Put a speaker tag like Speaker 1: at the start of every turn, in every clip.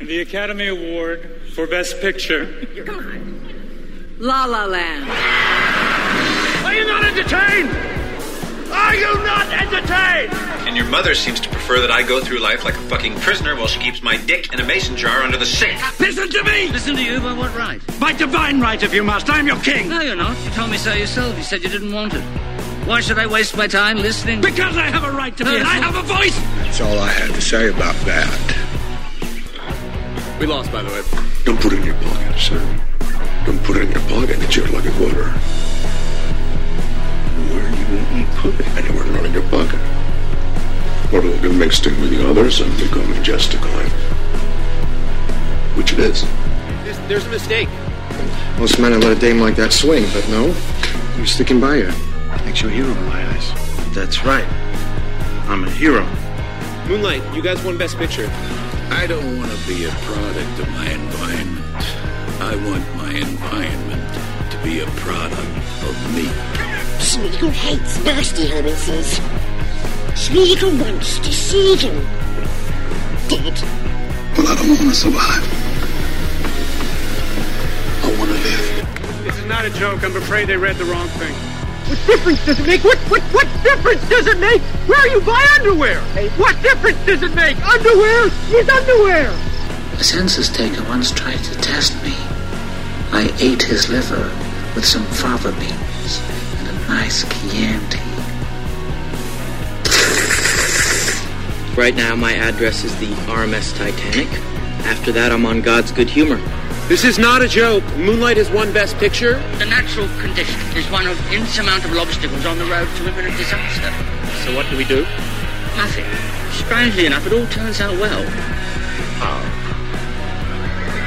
Speaker 1: the Academy Award for Best Picture.
Speaker 2: Come on. La La Land.
Speaker 3: Are you not entertained? Are you not entertained?
Speaker 4: And your mother seems to prefer that I go through life like a fucking prisoner while she keeps my dick in a mason jar under the sink.
Speaker 3: Listen to me!
Speaker 5: Listen to you by what right?
Speaker 3: By divine right, if you must. I'm your king.
Speaker 5: No, you're not. You told me so yourself. You said you didn't want it. Why should I waste my time listening?
Speaker 3: Because I have a right to be, and I have a voice.
Speaker 6: That's all I had to say about that.
Speaker 7: We lost, by the way.
Speaker 6: Don't put it in your pocket, sir. Don't put it in your pocket. It's your lucky quarter. Where you won't put it anywhere not in your pocket. Or it'll get mixed in with the others and become majesticoin. Which it is.
Speaker 7: There's, there's a mistake.
Speaker 8: Most men would let a dame like that swing, but no, you're sticking by her.
Speaker 6: Makes you a hero in my eyes.
Speaker 8: That's right. I'm a hero.
Speaker 7: Moonlight, you guys won Best Picture.
Speaker 9: I don't want to be a product of my environment. I want my environment to be a product of me.
Speaker 10: Smeagol hates nasty homices. Smeagol wants to see him. Dead.
Speaker 6: Well, I don't want to survive. I want to live.
Speaker 1: This is not a joke. I'm afraid they read the wrong thing.
Speaker 3: What difference does it make? What, what, what difference does it make where you buy underwear? What difference does it make? Underwear is underwear.
Speaker 5: A census taker once tried to test me. I ate his liver with some fava beans and a nice Chianti.
Speaker 11: Right now, my address is the RMS Titanic. After that, I'm on God's good humor.
Speaker 7: This is not a joke. Moonlight has won Best Picture.
Speaker 5: The natural condition is one of insurmountable obstacles on the road to imminent disaster.
Speaker 7: So what do we do?
Speaker 5: Nothing. Strangely enough, it all turns out well.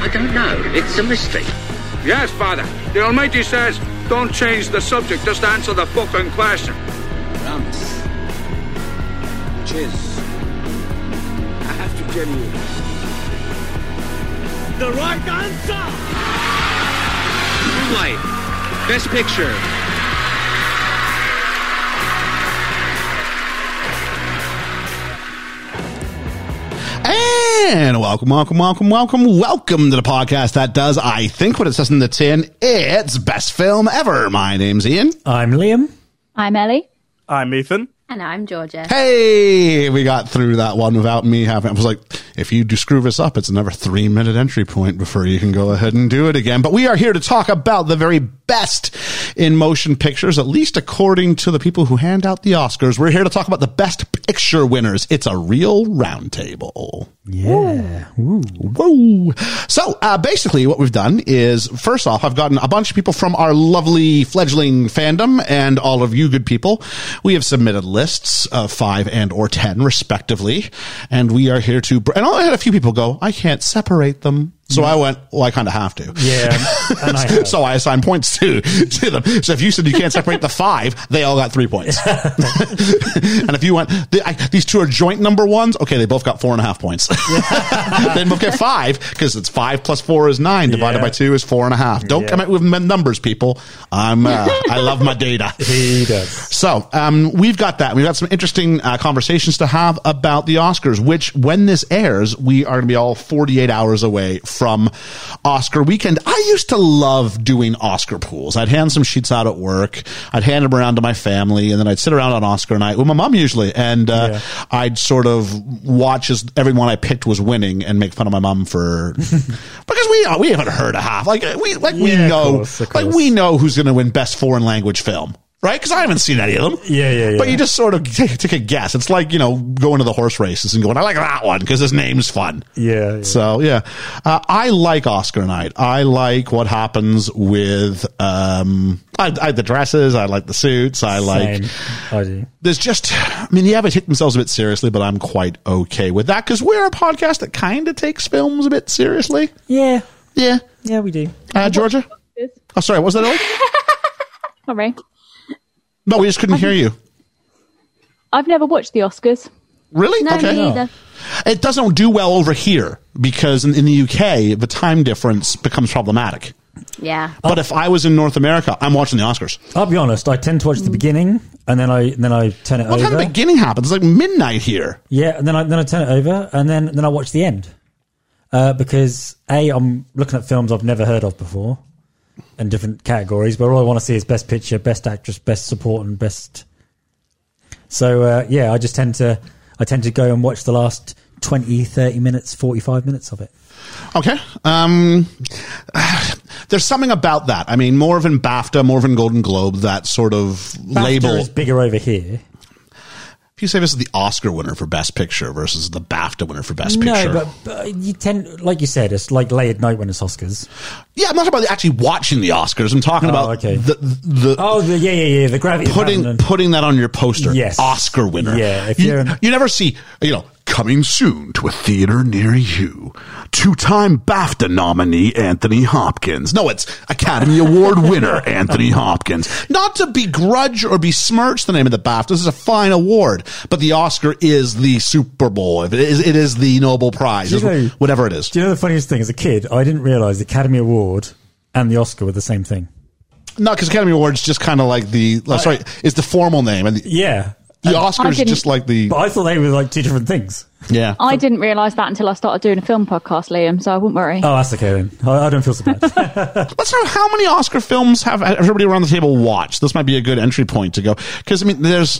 Speaker 5: I don't know. It's a mystery.
Speaker 3: Yes, Father. The Almighty says, don't change the subject, just answer the fucking question.
Speaker 9: Promise. Cheers. I have to tell you.
Speaker 3: The right answer.
Speaker 7: Moonlight, Best Picture.
Speaker 12: And welcome, welcome, welcome, welcome, welcome to the podcast that does, I think, what it says in the tin. It's best film ever. My name's Ian.
Speaker 13: I'm Liam.
Speaker 14: I'm Ellie.
Speaker 13: I'm Ethan.
Speaker 14: And I'm Georgia.
Speaker 12: Hey, we got through that one without me having. I was like, if you do screw this up, it's another three minute entry point before you can go ahead and do it again. But we are here to talk about the very best in motion pictures, at least according to the people who hand out the Oscars. We're here to talk about the best picture winners. It's a real roundtable.
Speaker 13: Yeah.
Speaker 12: Whoa. So uh, basically, what we've done is first off, I've gotten a bunch of people from our lovely fledgling fandom and all of you good people. We have submitted lists of five and or ten, respectively, and we are here to. br- And I had a few people go, I can't separate them. So I went, well, I kind of have to.
Speaker 13: Yeah. And I have.
Speaker 12: So I assign points to, to them. So if you said you can't separate the five, they all got three points. and if you went, the, I, these two are joint number ones. Okay. They both got four and a half points. they both get five because it's five plus four is nine divided
Speaker 13: Yeah.
Speaker 12: by two is four and a half. Don't
Speaker 13: Yeah.
Speaker 12: come at me with men- numbers, people. I'm, uh, I love my data.
Speaker 13: he does.
Speaker 12: So um, we've got that. We've got some interesting uh, conversations to have about the Oscars, which when this airs, we are going to be all 48 hours away from Oscar weekend. I used to love doing Oscar pools. I'd hand some sheets out at work. I'd hand them around to my family and then I'd sit around on Oscar night with my mom usually. And uh,
Speaker 13: Yeah.
Speaker 12: I'd sort of watch as everyone I picked was winning and make fun of my mom for, because we, we haven't heard a half. Like we, like we
Speaker 13: Yeah, of
Speaker 12: know,
Speaker 13: course, of
Speaker 12: Oh, like
Speaker 13: course.
Speaker 12: we know who's going to win best foreign language film, right? Because I haven't seen any of them.
Speaker 13: Yeah, yeah,
Speaker 12: But
Speaker 13: yeah.
Speaker 12: you just sort of take, take a guess. It's like you know going to the horse races and going, I like that one because his name's fun.
Speaker 13: Yeah. yeah.
Speaker 12: So yeah, uh, I like Oscar night. I like what happens with um, I, I the dresses. I like the suits. I like
Speaker 13: Same. I do.
Speaker 12: there's just, I mean, they haven't taken themselves a bit seriously, but I'm quite okay with that because we're a podcast that kind of takes films a bit seriously.
Speaker 13: Yeah.
Speaker 12: Yeah,
Speaker 13: Yeah, we do.
Speaker 12: uh, Georgia. Oh, sorry, what was that? Ellie?
Speaker 14: Sorry.
Speaker 12: No, we just couldn't hear you.
Speaker 14: I've never watched the Oscars.
Speaker 12: Really?
Speaker 14: No, me either.
Speaker 12: It doesn't do well over here because in, in the UK, the time difference becomes problematic.
Speaker 14: Yeah.
Speaker 12: But if I was in North America, I'm watching the Oscars.
Speaker 13: I'll be honest. I tend to watch the beginning, and then I and then I turn it
Speaker 12: What
Speaker 13: over.
Speaker 12: time the beginning happens? It's like midnight here.
Speaker 13: yeah, and then I then I turn it over, and then then I watch the end.
Speaker 5: uh, because a I'm looking at films I've never heard of before and different categories, but all I want to see is best picture, best actress, best support, and best. So uh, yeah, I just tend to I tend to go and watch the last 20, 30 minutes, forty five minutes of it.
Speaker 12: Okay. Um, there's something about that. I mean, more of in BAFTA, more of in Golden Globe, that sort of
Speaker 5: BAFTA
Speaker 12: label.
Speaker 5: is bigger over here.
Speaker 12: If you say this is the Oscar winner for Best Picture versus the BAFTA winner for Best
Speaker 5: no,
Speaker 12: Picture.
Speaker 5: but, but uh, you tend, like you said, it's like late at night when it's Oscars.
Speaker 12: yeah, I'm not talking about actually watching the Oscars. I'm talking
Speaker 5: Oh,
Speaker 12: about
Speaker 5: okay.
Speaker 12: the, the
Speaker 5: Oh the, yeah, yeah, yeah. The gravity of
Speaker 12: putting
Speaker 5: Babylon.
Speaker 12: putting that on your poster.
Speaker 5: Yes.
Speaker 12: Oscar winner.
Speaker 5: Yeah, if
Speaker 12: you,
Speaker 5: you're an-
Speaker 12: you never see you know coming soon to a theater near you. Two-time BAFTA nominee Anthony Hopkins. No, it's Academy Award winner Anthony Hopkins. Not to begrudge or besmirch the name of the BAFTA. This is a fine award, but the Oscar is the Super Bowl. It is, it is the Nobel Prize,
Speaker 5: Do you know-
Speaker 12: whatever it is.
Speaker 5: Do you know the funniest thing? As a kid, I didn't realize the Academy Award and the Oscar were the same thing.
Speaker 12: No, because Academy Awards just kind of like the oh, sorry, is the formal name and the,
Speaker 5: Yeah,
Speaker 12: the
Speaker 5: And-
Speaker 12: Oscars
Speaker 14: didn't-
Speaker 12: just like the
Speaker 5: But I thought they were like two different things.
Speaker 12: yeah.
Speaker 14: I didn't realise that until I started doing a film podcast, Liam, so I wouldn't worry.
Speaker 5: Oh, that's okay then. I, I don't feel so bad.
Speaker 12: Let's know how many Oscar films have everybody around the table watched. This might be a good entry point to go because I mean, there's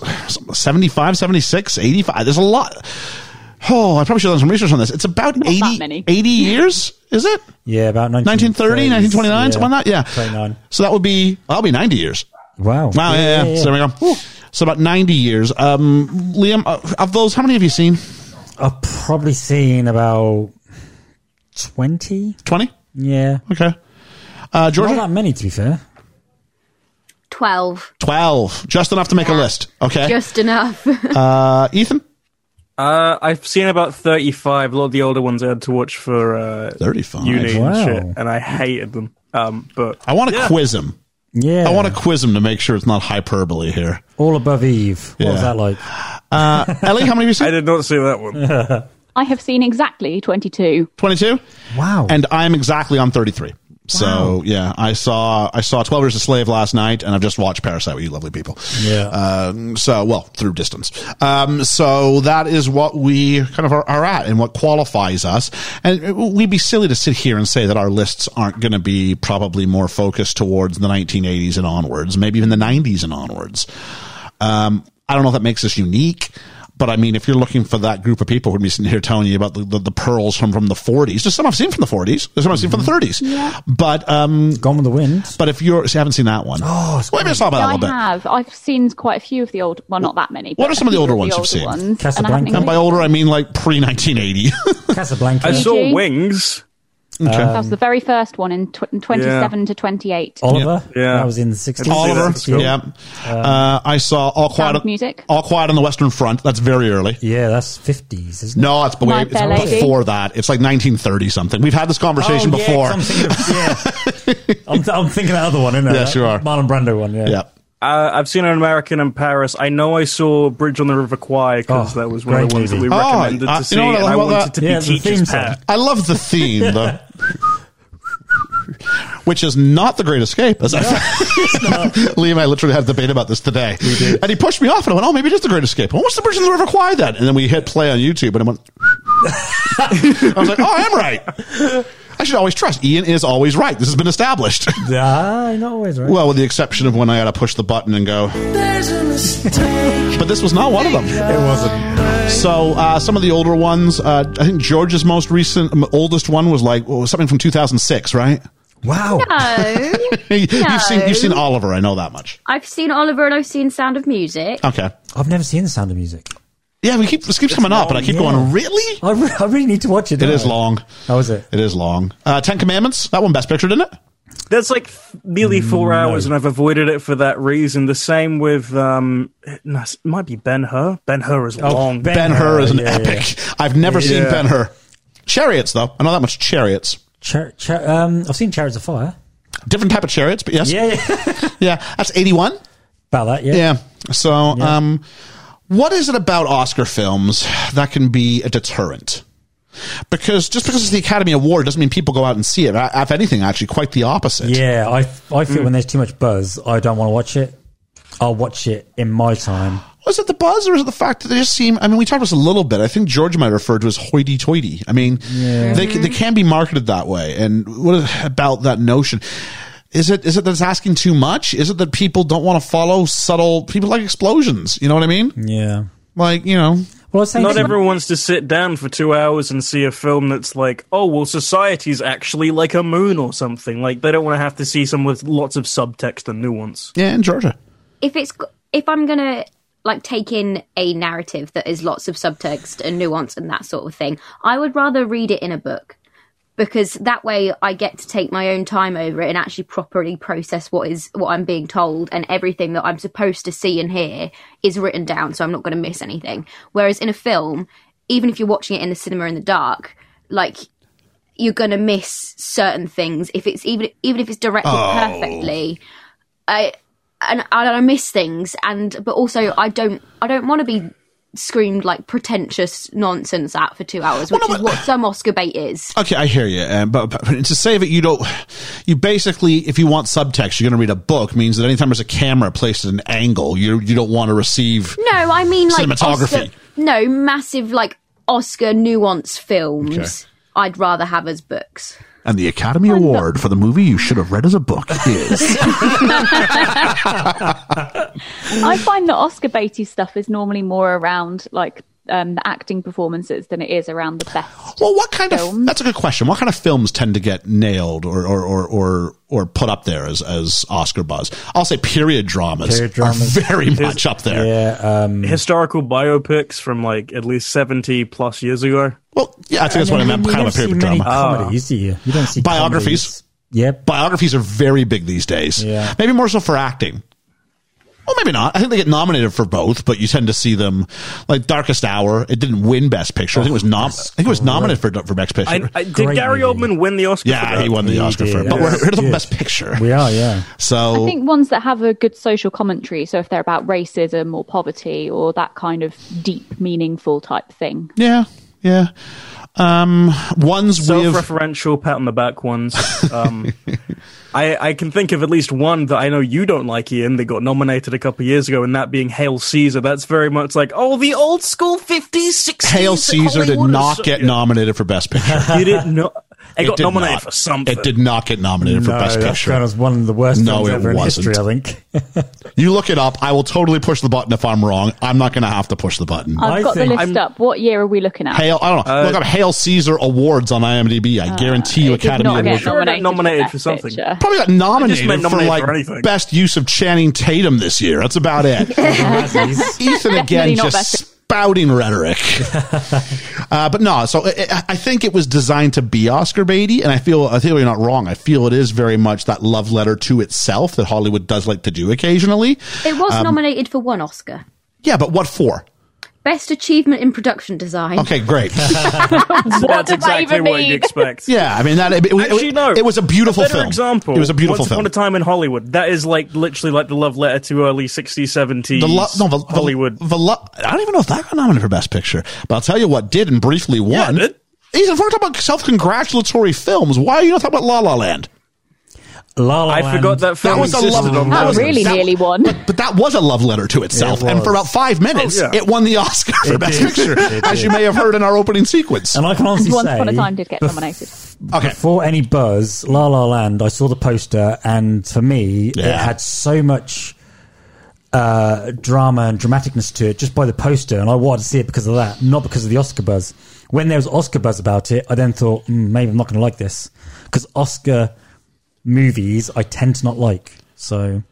Speaker 12: 75, 76, 85. There's a lot. Oh, I probably should have done some research on this. It's about
Speaker 14: Not that
Speaker 12: 80,
Speaker 14: many.
Speaker 12: 80 years, is it?
Speaker 5: yeah, about
Speaker 12: 1930, 1929, something like that. Yeah.
Speaker 5: 29.
Speaker 12: So that would be, well, that'll be 90 years.
Speaker 5: Wow.
Speaker 12: Wow. Yeah. yeah, So there we go. So about 90 years. Um, Liam, uh, of those, how many have you seen?
Speaker 5: I've probably seen about 20.
Speaker 12: 20?
Speaker 5: Yeah.
Speaker 12: Okay. Uh, Georgia?
Speaker 5: Not that many, to be fair.
Speaker 15: 12.
Speaker 12: 12. Just enough to make a list. Okay.
Speaker 15: Just enough.
Speaker 12: uh, Ethan?
Speaker 1: Uh, I've seen about 35, a lot of the older ones I had to watch for uh,
Speaker 12: 35.
Speaker 1: uni
Speaker 12: Wow.
Speaker 1: and shit, and I hated them. Um, but
Speaker 12: I want to
Speaker 1: yeah.
Speaker 12: quiz him.
Speaker 5: Yeah.
Speaker 12: I want to quiz him to make sure it's not hyperbole here.
Speaker 5: All above Eve. What was
Speaker 12: Yeah.
Speaker 5: that like?
Speaker 12: Uh, Ellie, how many have you seen?
Speaker 1: I did not see that one.
Speaker 14: I have seen exactly 22.
Speaker 12: 22?
Speaker 5: Wow.
Speaker 12: And I'm exactly on 33. So yeah, I saw I saw Twelve Years a Slave last night, and I've just watched Parasite with you lovely people.
Speaker 5: Yeah.
Speaker 12: Um, so well through distance. Um, so that is what we kind of are, are at, and what qualifies us. And we'd be silly to sit here and say that our lists aren't going to be probably more focused towards the 1980s and onwards, maybe even the 90s and onwards. Um, I don't know if that makes us unique, but I mean, if you're looking for that group of people who would be sitting here telling you about the, the, the pearls from, from the 40s, there's some I've seen from the 40s, there's some I've seen from the
Speaker 5: Mm-hmm.
Speaker 12: 30s. But um,
Speaker 5: Gone with the Wind.
Speaker 12: But if you're, see, I haven't seen that one. Oh, it's Wait, let's talk about that a
Speaker 14: I
Speaker 12: little bit.
Speaker 14: have. I've seen quite a few of the old. Well, not that many.
Speaker 12: What
Speaker 14: but
Speaker 12: are
Speaker 14: a
Speaker 12: some of the
Speaker 14: few
Speaker 12: older ones you've
Speaker 14: older
Speaker 12: seen?
Speaker 14: ones, and I haven't
Speaker 12: Casablanca. And by
Speaker 14: included-
Speaker 12: older, I mean like pre 1980.
Speaker 5: Casablanca.
Speaker 1: I saw
Speaker 14: Gigi?
Speaker 1: Wings.
Speaker 12: Okay.
Speaker 14: that was the very first one in tw- in 27 to 28.
Speaker 12: Oh,
Speaker 5: Oliver.
Speaker 1: Yeah.
Speaker 5: That was in the 60s.
Speaker 12: Oliver.
Speaker 5: 60s.
Speaker 12: Yeah. Uh, I saw All
Speaker 14: Sound
Speaker 12: Quiet,
Speaker 14: of Music.
Speaker 12: All Quiet on the Western Front. That's very early.
Speaker 5: Yeah, that's 50s, isn't it?
Speaker 12: No, it's,
Speaker 14: My
Speaker 12: way, it's
Speaker 14: Fair Lady.
Speaker 12: before that. It's like 1930 something. We've had this conversation
Speaker 5: Oh, yeah, 'cause
Speaker 12: before.
Speaker 5: I'm thinking, of, yeah. I'm, I'm thinking that other one, isn't I?
Speaker 12: Yes, you are.
Speaker 5: Marlon Brando one, yeah.
Speaker 12: yeah.
Speaker 1: Uh, I've seen an American in Paris. I know I saw Bridge on the River Kwai because
Speaker 5: Oh,
Speaker 1: that was one of
Speaker 5: great
Speaker 1: the ones that
Speaker 5: movie.
Speaker 1: we
Speaker 12: Oh,
Speaker 1: recommended
Speaker 12: uh, you
Speaker 1: to see,
Speaker 12: know what I
Speaker 1: and I
Speaker 12: love about
Speaker 1: wanted to be
Speaker 5: Yeah, the theme
Speaker 1: teacher's
Speaker 5: song.
Speaker 1: pet.
Speaker 12: I love the theme, though. Which is not the Great Escape, as I Liam and I literally had a debate about this today, and he pushed me off, and I went, "Oh, maybe it is the Great Escape." Well, what's the Bridge in the River Kwai then? And then we hit play on YouTube, and I went, "I was like, oh, I am right. I should always trust. Ian is always right. This has been established."
Speaker 5: Ah, not always, right?
Speaker 12: well, with the exception of when I got to push the button and go. but this
Speaker 10: Oh,
Speaker 12: was not one of them.
Speaker 5: it wasn't.
Speaker 12: So uh, some of the older ones, uh, I think George's most recent, um, oldest one was like what was something from 2006, right?
Speaker 5: Wow.
Speaker 15: No. No.
Speaker 12: You've seen you've seen Oliver, I know that much.
Speaker 15: I've seen Oliver and I've seen Sound of Music.
Speaker 12: Okay,
Speaker 5: I've never seen The Sound of Music.
Speaker 12: yeah, we keep this keeps coming up, and I keep
Speaker 5: yeah.
Speaker 12: going. Really?
Speaker 5: I, re- I really need to watch it.
Speaker 12: It
Speaker 5: don't
Speaker 12: is
Speaker 5: I?
Speaker 12: long.
Speaker 5: How is it?
Speaker 12: It is long. Uh, Ten Commandments. That one best picture, didn't it?
Speaker 1: That's like f- nearly four
Speaker 5: Mm,
Speaker 1: hours, and I've avoided it for that reason. The same with um, no, it might be Ben Hur. Ben Hur is long.
Speaker 12: Ben Hur is an
Speaker 5: Oh, yeah,
Speaker 12: epic. I've never seen
Speaker 1: Yeah.
Speaker 12: Ben Hur. Chariots, though, I know that much. Chariots,
Speaker 5: Char- char- um, I've seen Chariots of Fire.
Speaker 12: different type of chariots, but yes,
Speaker 5: Yeah, yeah.
Speaker 12: yeah. That's eighty-one.
Speaker 5: About that, yeah.
Speaker 12: Yeah. So, um, what is it about Oscar films that can be a deterrent? Because just because it's the Academy Award doesn't mean people go out and see it. I- If anything, actually, quite the opposite. Mm.
Speaker 5: Yeah, I, I feel when there's too much buzz, I don't want to watch it. I'll watch it in my time.
Speaker 12: Well,
Speaker 8: was it the buzz or is it the fact that they just seem? I mean, we talked about this a little bit. I think George might refer to as hoity-toity. I mean,
Speaker 10: Yeah.
Speaker 8: they can- they can be marketed that way. And what is- about that notion? Is it is it that it's asking too much? Is it that people don't want to follow subtle people like explosions? You know what I mean?
Speaker 10: Yeah.
Speaker 8: Like you know.
Speaker 10: Well,
Speaker 12: Not everyone wants to sit down for two hours and see a film that's like, oh, well, society's actually like a moon or something. Like, they don't want to have to see some with lots of subtext and nuance.
Speaker 8: Yeah, in Georgia.
Speaker 14: if it's if I'm gonna like take in a narrative that is lots of subtext and nuance and that sort of thing, I would rather read it in a book because that way I get to take my own time over it and actually properly process what is what I'm being told and everything that I'm supposed to see and hear is written down, so I'm not going to miss anything. Whereas in a film, even if you're watching it in the cinema in the dark, like you're going to miss certain things if it's even even if it's directed
Speaker 16: Oh.
Speaker 14: perfectly. I and I, I miss things, and but also I don't I don't want to be screamed like pretentious nonsense at for two hours, which is what some Oscar bait is.
Speaker 8: Okay, I hear you. Um, but, but to say that you don't, you basically, if you want subtext, you're going to read a book means that anytime there's a camera placed at an angle, you you don't want to receive.
Speaker 14: No, I mean like
Speaker 8: Cinematography.
Speaker 14: Oscar, no, massive like Oscar nuance films.
Speaker 8: Okay.
Speaker 14: I'd rather have as books.
Speaker 8: And the Academy Award for the movie you should have read as a book is.
Speaker 5: I find that Oscar baity stuff is normally more around like um, the acting performances than it is around the best.
Speaker 8: Well, what kind of? That's a good question. What kind of films tend to get nailed or or or or, or put up there as as Oscar buzz? I'll say period dramas,
Speaker 12: Period dramas.
Speaker 8: are very
Speaker 12: There's-
Speaker 8: much up there.
Speaker 10: Yeah, um,
Speaker 12: historical biopics from like at least seventy plus years ago.
Speaker 8: Well, yeah, I think that's what I meant. Kind of a period drama.
Speaker 1: Ah.
Speaker 10: comedies, do you? You don't see
Speaker 8: biographies.
Speaker 10: Yep.
Speaker 8: Biographies are very big these days.
Speaker 10: Yeah.
Speaker 8: Maybe more so for acting. Well, maybe not. I think they get nominated for both, but you tend to see them like Darkest Hour. It didn't win Best Picture. I think it was nom- I think it was nominated for for Best Picture.
Speaker 12: I, I, did Gary Oldman win the Oscar? for
Speaker 8: yeah,
Speaker 12: that?
Speaker 8: he won the Oscar for it. But we're here to the Best Picture. We
Speaker 10: are, yeah.
Speaker 8: So
Speaker 5: I think ones that have a good social commentary, so if they're about racism or poverty or that kind of deep, meaningful type thing.
Speaker 8: yeah, yeah. Um, ones with
Speaker 12: Self-referential pat on the back ones. Um, I, I can think of at least one that I know you don't like, Ian. They got nominated a couple years ago, and that being Hail Caesar. That's very much like, oh, the old school fifties, sixties.
Speaker 8: Hail Caesar did not get nominated for Best Picture.
Speaker 12: You didn't know. It,
Speaker 8: It
Speaker 12: got
Speaker 8: did
Speaker 12: nominated
Speaker 8: not.
Speaker 12: for something.
Speaker 8: It did not get nominated for
Speaker 10: No,
Speaker 8: Best
Speaker 10: that's
Speaker 8: Picture.
Speaker 10: kind of one of the worst films ever in history, I think.
Speaker 8: you look it up. I will totally push the button if I'm wrong. I'm not going to have to push the button.
Speaker 5: I've got the list up. What year are we looking at?
Speaker 8: Hail, I don't know. look up Hail Caesar Awards on IMDb. I guarantee you,
Speaker 5: did
Speaker 8: Academy
Speaker 5: not
Speaker 8: Award.
Speaker 5: get nominated,
Speaker 12: nominated
Speaker 5: for,
Speaker 12: for
Speaker 5: Best
Speaker 12: something.
Speaker 5: Picture.
Speaker 8: Probably got nominated,
Speaker 12: meant
Speaker 8: for
Speaker 12: nominated
Speaker 8: like
Speaker 12: for anything.
Speaker 8: best use of Channing Tatum this year. That's about it. Ethan again
Speaker 5: Definitely not
Speaker 8: just
Speaker 5: best-
Speaker 8: spouting rhetoric. uh, but no, so I- I, I think it was designed to be Oscar baity, and I feel I feel you're not wrong. I feel it is very much that love letter to itself that Hollywood does like to do occasionally.
Speaker 14: It was
Speaker 8: Um,
Speaker 14: nominated for one Oscar,
Speaker 8: Yeah, but what for?
Speaker 14: Best Achievement in Production Design.
Speaker 8: Okay, great.
Speaker 12: That's exactly what you expect.
Speaker 8: yeah, I mean that it, it, was- it,
Speaker 12: Actually, no.
Speaker 8: it was a beautiful
Speaker 12: better
Speaker 8: film.
Speaker 12: example.
Speaker 8: It was a beautiful
Speaker 12: Once
Speaker 8: film.
Speaker 12: Upon a time in Hollywood. That is like literally like the love letter to early 60s, 70s.
Speaker 8: The lo- no, the, the-
Speaker 12: Hollywood.
Speaker 8: The, lo- I don't even know if that got nominated for Best Picture, but I'll tell you what did and briefly won. Ethan, if we're talking about self-congratulatory films, why are you not talking about La La Land?
Speaker 10: La La
Speaker 12: I Land. forgot that film
Speaker 8: That was a love.
Speaker 12: existed on
Speaker 8: that
Speaker 12: That
Speaker 8: was-
Speaker 5: Oh, really
Speaker 8: that-
Speaker 5: nearly won.
Speaker 8: But, but that was a love letter to itself,
Speaker 10: It
Speaker 8: and for
Speaker 10: was.
Speaker 8: about five minutes,
Speaker 10: Oh, yeah.
Speaker 8: it won the Oscar for
Speaker 10: It
Speaker 8: Best
Speaker 10: did.
Speaker 8: Picture,
Speaker 10: It
Speaker 8: as
Speaker 10: did.
Speaker 8: you may have heard in our opening sequence.
Speaker 10: And I can honestly
Speaker 5: Once
Speaker 10: say,
Speaker 5: Upon a Time did get
Speaker 10: bef-
Speaker 5: nominated.
Speaker 10: Before any buzz, La La Land, I saw the poster, and for me, it
Speaker 8: Yeah.
Speaker 10: had so much uh, drama and dramaticness to it just by the poster, and I wanted to see it because of that, not because of the Oscar buzz. When there was Oscar buzz about it, I then thought, mm, maybe I'm not going to like this because Oscar movies I tend to not like. So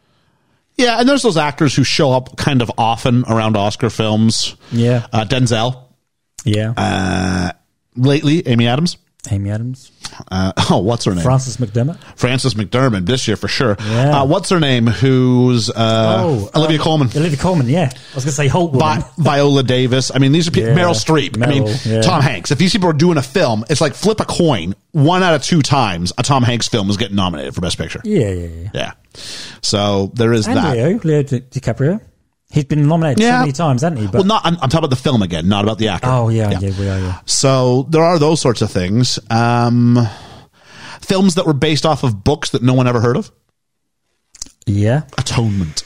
Speaker 8: Yeah, and there's those actors who show up kind of often around Oscar films.
Speaker 10: Yeah.
Speaker 8: Uh, Denzel.
Speaker 10: Yeah.
Speaker 8: Uh, lately, Amy Adams.
Speaker 10: Amy Adams.
Speaker 8: Uh, oh, what's her name?
Speaker 10: Frances McDermott.
Speaker 8: Frances McDermott this year for sure.
Speaker 10: Yeah.
Speaker 8: Uh, what's her name? Who's uh, Olivia
Speaker 10: um,
Speaker 8: Coleman?
Speaker 10: Olivia Coleman, yeah. I was going to say Holt Woman.
Speaker 8: Vi- Viola Davis. I mean, these are people.
Speaker 10: Yeah.
Speaker 8: Meryl Streep. I mean,
Speaker 10: Meryl, yeah.
Speaker 8: Tom Hanks. If these people are doing a film, it's like flip a coin. One out of two times, a Tom Hanks film is getting nominated for Best Picture.
Speaker 10: Yeah, yeah, yeah.
Speaker 8: Yeah. So there is
Speaker 10: and
Speaker 8: that.
Speaker 10: Leo, Leo Di- DiCaprio. He's been nominated so many times, hasn't he? But
Speaker 8: well, not. I'm, I'm talking about the film again, not about the actor.
Speaker 10: oh yeah, yeah, we are. Yeah.
Speaker 8: So there are those sorts of things. Um, films that were based off of books that no one ever heard of.
Speaker 10: Yeah.
Speaker 8: Atonement.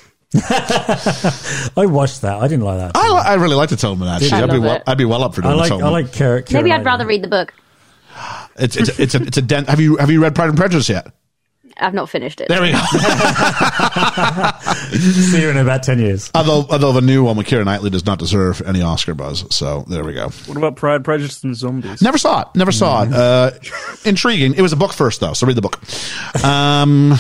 Speaker 10: I watched that. I didn't like that.
Speaker 8: I, I really like the Tillman actually.
Speaker 14: I
Speaker 8: I'd be
Speaker 14: love
Speaker 8: well,
Speaker 14: it.
Speaker 8: I'd be well up for doing
Speaker 10: I like.
Speaker 8: Tillman.
Speaker 10: I like. Car-
Speaker 14: Maybe I'd rather read the book.
Speaker 8: It's it's it's a it's a den- have you have you read Pride and Prejudice yet?
Speaker 14: I've not finished it.
Speaker 8: There we go.
Speaker 10: See you in about ten years.
Speaker 8: Although although the new one with Kira Knightley does not deserve any Oscar buzz, so there we go.
Speaker 12: What about Pride, Prejudice, and Zombies?
Speaker 8: Never saw it. Never saw it. Uh,
Speaker 12: Mm-hmm.
Speaker 8: intriguing. It was a book first though, so read the book. Um,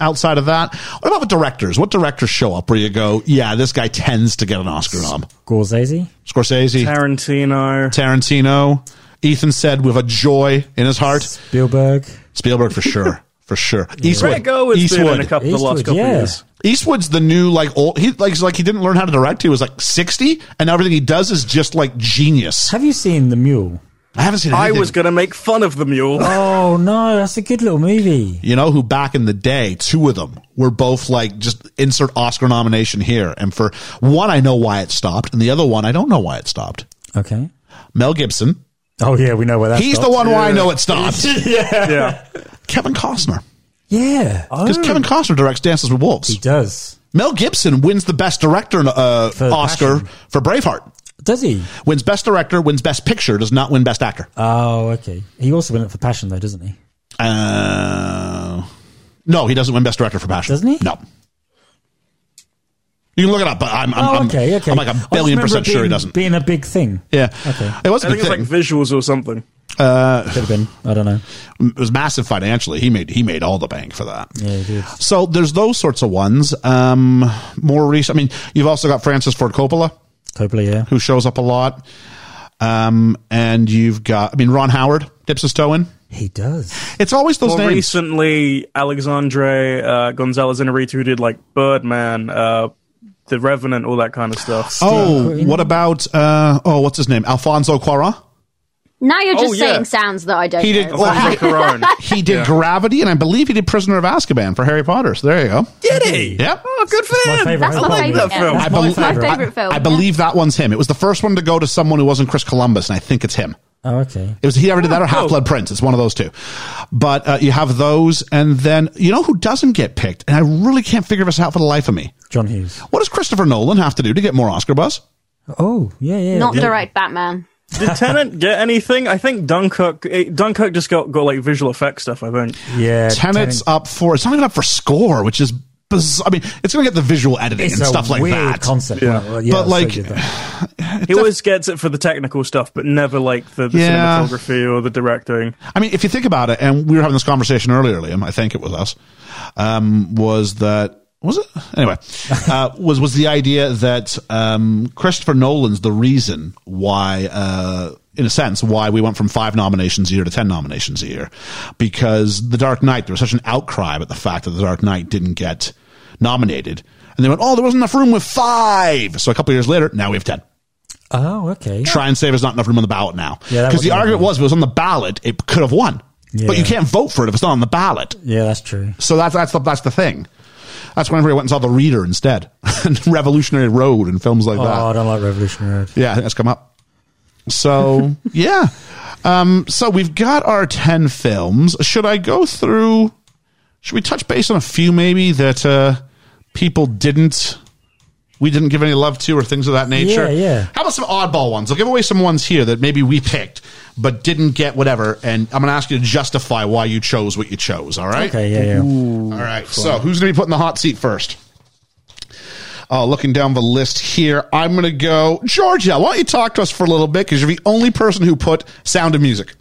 Speaker 8: outside of that, what about the directors? What directors show up where you go? Yeah, this guy tends to get an Oscar nom.
Speaker 10: Scorsese.
Speaker 8: Scorsese,
Speaker 12: Tarantino,
Speaker 8: Tarantino, Ethan said with a joy in his heart.
Speaker 10: Spielberg.
Speaker 8: Spielberg for sure. For sure,
Speaker 12: Brett
Speaker 8: Eastwood.
Speaker 12: Goh has been
Speaker 8: Eastwood.
Speaker 12: in a couple the last
Speaker 10: Eastwood,
Speaker 12: couple
Speaker 10: yeah.
Speaker 12: of years.
Speaker 8: Eastwood's the new like old. He like he's like he didn't learn how to direct. He was like sixty, and everything he does is just like genius.
Speaker 10: Have you seen The Mule?
Speaker 8: I haven't seen.
Speaker 12: I
Speaker 8: Anything.
Speaker 12: was going to make fun of the mule.
Speaker 10: Oh no, that's a good little movie.
Speaker 8: you know who back in the day, two of them were both like just insert Oscar nomination here, and for one I know why it stopped, and the other one I don't know why it stopped.
Speaker 10: Okay.
Speaker 8: Mel Gibson,
Speaker 10: Oh yeah, we know where that's.
Speaker 8: he's the one why I know it stopped.
Speaker 10: yeah.
Speaker 12: yeah.
Speaker 8: Kevin Costner,
Speaker 10: Yeah.
Speaker 8: because
Speaker 10: Oh.
Speaker 8: Kevin Costner directs Dances with Wolves.
Speaker 10: He does.
Speaker 8: Mel Gibson wins the Best Director uh,
Speaker 10: For
Speaker 8: Oscar
Speaker 10: Passion.
Speaker 8: for Braveheart.
Speaker 10: Does he?
Speaker 8: Wins Best Director, wins Best Picture, does not win Best Actor.
Speaker 10: Oh, okay. He also went up for Passion, though, doesn't he?
Speaker 8: Uh, no, he doesn't win Best Director for Passion.
Speaker 10: Doesn't he?
Speaker 8: No. You can look it up, but I'm, I'm,
Speaker 10: oh,
Speaker 8: I'm-
Speaker 10: okay, okay.
Speaker 8: I'm like a
Speaker 10: I
Speaker 8: billion
Speaker 10: just remember
Speaker 8: percent
Speaker 10: it
Speaker 8: sure he
Speaker 10: being-
Speaker 8: doesn't.
Speaker 10: Being a big thing.
Speaker 8: Yeah.
Speaker 10: Okay.
Speaker 8: It
Speaker 12: I
Speaker 8: wasn't a
Speaker 12: think
Speaker 8: big
Speaker 12: it's like
Speaker 8: thing.
Speaker 12: visuals or something.
Speaker 8: uh,
Speaker 10: Could have been. I don't know.
Speaker 8: it was massive financially. He made he made all the bank for that.
Speaker 10: Yeah, he did.
Speaker 8: So there's those sorts of ones. Um, more recent. I mean, you've also got Francis Ford Coppola,
Speaker 10: Coppola, yeah.
Speaker 8: who shows up a lot. Um, and you've got, I mean, Ron Howard dips his toe in.
Speaker 10: He does.
Speaker 8: It's always those
Speaker 12: More
Speaker 8: names.
Speaker 12: recently, Alexandre uh, Gonzalez Inarritu who did like Birdman, uh, The Revenant, all that kind of stuff.
Speaker 8: Oh,
Speaker 10: Quinn.
Speaker 8: what about uh oh what's his name? Alfonso Cuaron?
Speaker 14: Now you're
Speaker 12: Oh,
Speaker 14: just
Speaker 12: yeah.
Speaker 14: saying sounds that I don't
Speaker 8: He
Speaker 14: know.
Speaker 8: did-
Speaker 12: Alfonso Cuarón.
Speaker 8: He did Gravity and I believe he did Prisoner of Azkaban for Harry Potter. So there you go.
Speaker 12: Did he?
Speaker 8: Yep.
Speaker 12: Oh, good for
Speaker 10: My
Speaker 12: him.
Speaker 10: favorite.
Speaker 14: That's my
Speaker 10: Harry Potter
Speaker 12: like
Speaker 10: movie.
Speaker 12: that film.
Speaker 14: favourite.
Speaker 12: I
Speaker 8: bel-
Speaker 14: That's my
Speaker 8: I-
Speaker 14: favourite film.
Speaker 8: I believe that one's him. It was the first one to go to someone who wasn't Chris Columbus, and I think it's him.
Speaker 10: Oh, okay.
Speaker 8: It was he ever did that or
Speaker 12: Oh.
Speaker 8: Half Blood Prince. It's one of those two. But uh, you have those, and then you know who doesn't get picked, and I really can't figure this out for the life of me.
Speaker 10: John Hughes.
Speaker 8: What does Christopher Nolan have to do to get more Oscar buzz?
Speaker 10: Oh, yeah, yeah.
Speaker 14: Not
Speaker 10: yeah.
Speaker 14: direct Batman.
Speaker 12: Did Tennant get anything? I think Dunkirk. It, Dunkirk just got got like visual effects stuff. I think.
Speaker 10: Yeah.
Speaker 8: Tenet's
Speaker 10: Tenet-
Speaker 8: up for it's not even up for score, which is bizarre. I mean, it's going to get the visual editing
Speaker 10: It's
Speaker 8: and
Speaker 10: a
Speaker 8: stuff like
Speaker 10: weird
Speaker 8: that.
Speaker 10: concept.
Speaker 12: Yeah.
Speaker 10: Well, yeah,
Speaker 8: But,
Speaker 10: so
Speaker 8: like,
Speaker 10: did that.
Speaker 12: He always gets it for the technical stuff, but never like the, the
Speaker 8: Yeah.
Speaker 12: cinematography or the directing.
Speaker 8: I mean, if you think about it, and we were having this conversation earlier, Liam. I think it was us. Um, was that was it anyway? Uh, was was the idea that um, Christopher Nolan's the reason why, uh, in a sense, why we went from five nominations a year to ten nominations a year? Because The Dark Knight, there was such an outcry at the fact that The Dark Knight didn't get nominated, and they went, "Oh, there wasn't enough room with five. So a couple years later, now we have ten.
Speaker 10: Oh, okay.
Speaker 8: try and save is not enough room on the ballot now.
Speaker 10: Yeah, that
Speaker 8: Because the
Speaker 10: wasn't
Speaker 8: argument
Speaker 10: enough.
Speaker 8: was if it was on the ballot, it could have won. But you
Speaker 10: Yeah.
Speaker 8: can't vote for it if it's not on the ballot.
Speaker 10: Yeah, that's true.
Speaker 8: So that's that's the that's the thing. That's whenever I went and saw The Reader instead, and Revolutionary Road and films like
Speaker 10: Oh,
Speaker 8: that.
Speaker 10: I don't like Revolutionary Road.
Speaker 8: Yeah, I think that's come up. So yeah, um, so we've got our ten films. Should I go through? Should we touch base on a few maybe that uh, people didn't? We didn't give any love to or things of that nature.
Speaker 10: Yeah, yeah.
Speaker 8: How about some oddball ones? I'll give away some ones here that maybe we picked but didn't get whatever. And I'm going to ask you to justify why you chose what you chose. All right.
Speaker 10: Okay, yeah, yeah.
Speaker 8: All right. So who's going to be put in the hot seat first? Uh, looking down the list here, I'm going to go Georgia. Why don't you talk to us for a little bit? Because you're the only person who put Sound of Music.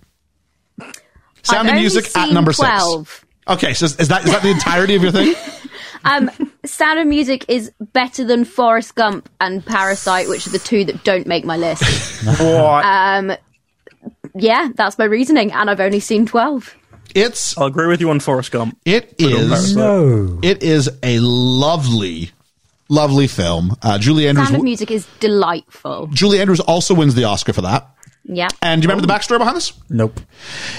Speaker 8: Sound
Speaker 14: I've
Speaker 8: of
Speaker 14: only
Speaker 8: Music at
Speaker 14: seen
Speaker 8: number
Speaker 14: 12.
Speaker 8: six. Okay, so is, is that is that the entirety of your thing?
Speaker 14: Um, Sound of Music is better than Forrest Gump and Parasite, which are the two that don't make my list.
Speaker 12: What?
Speaker 14: Um, yeah, that's my reasoning, and I've only seen twelve.
Speaker 8: It's
Speaker 12: I'll agree with you on Forrest Gump.
Speaker 8: it is
Speaker 10: No.
Speaker 8: it is a lovely, lovely film. Uh, Julie Andrews.
Speaker 14: Sound of Music is delightful.
Speaker 8: Julie Andrews also wins the Oscar for that.
Speaker 14: Yeah,
Speaker 8: And do you
Speaker 14: Oh.
Speaker 8: remember the backstory behind this?
Speaker 10: Nope.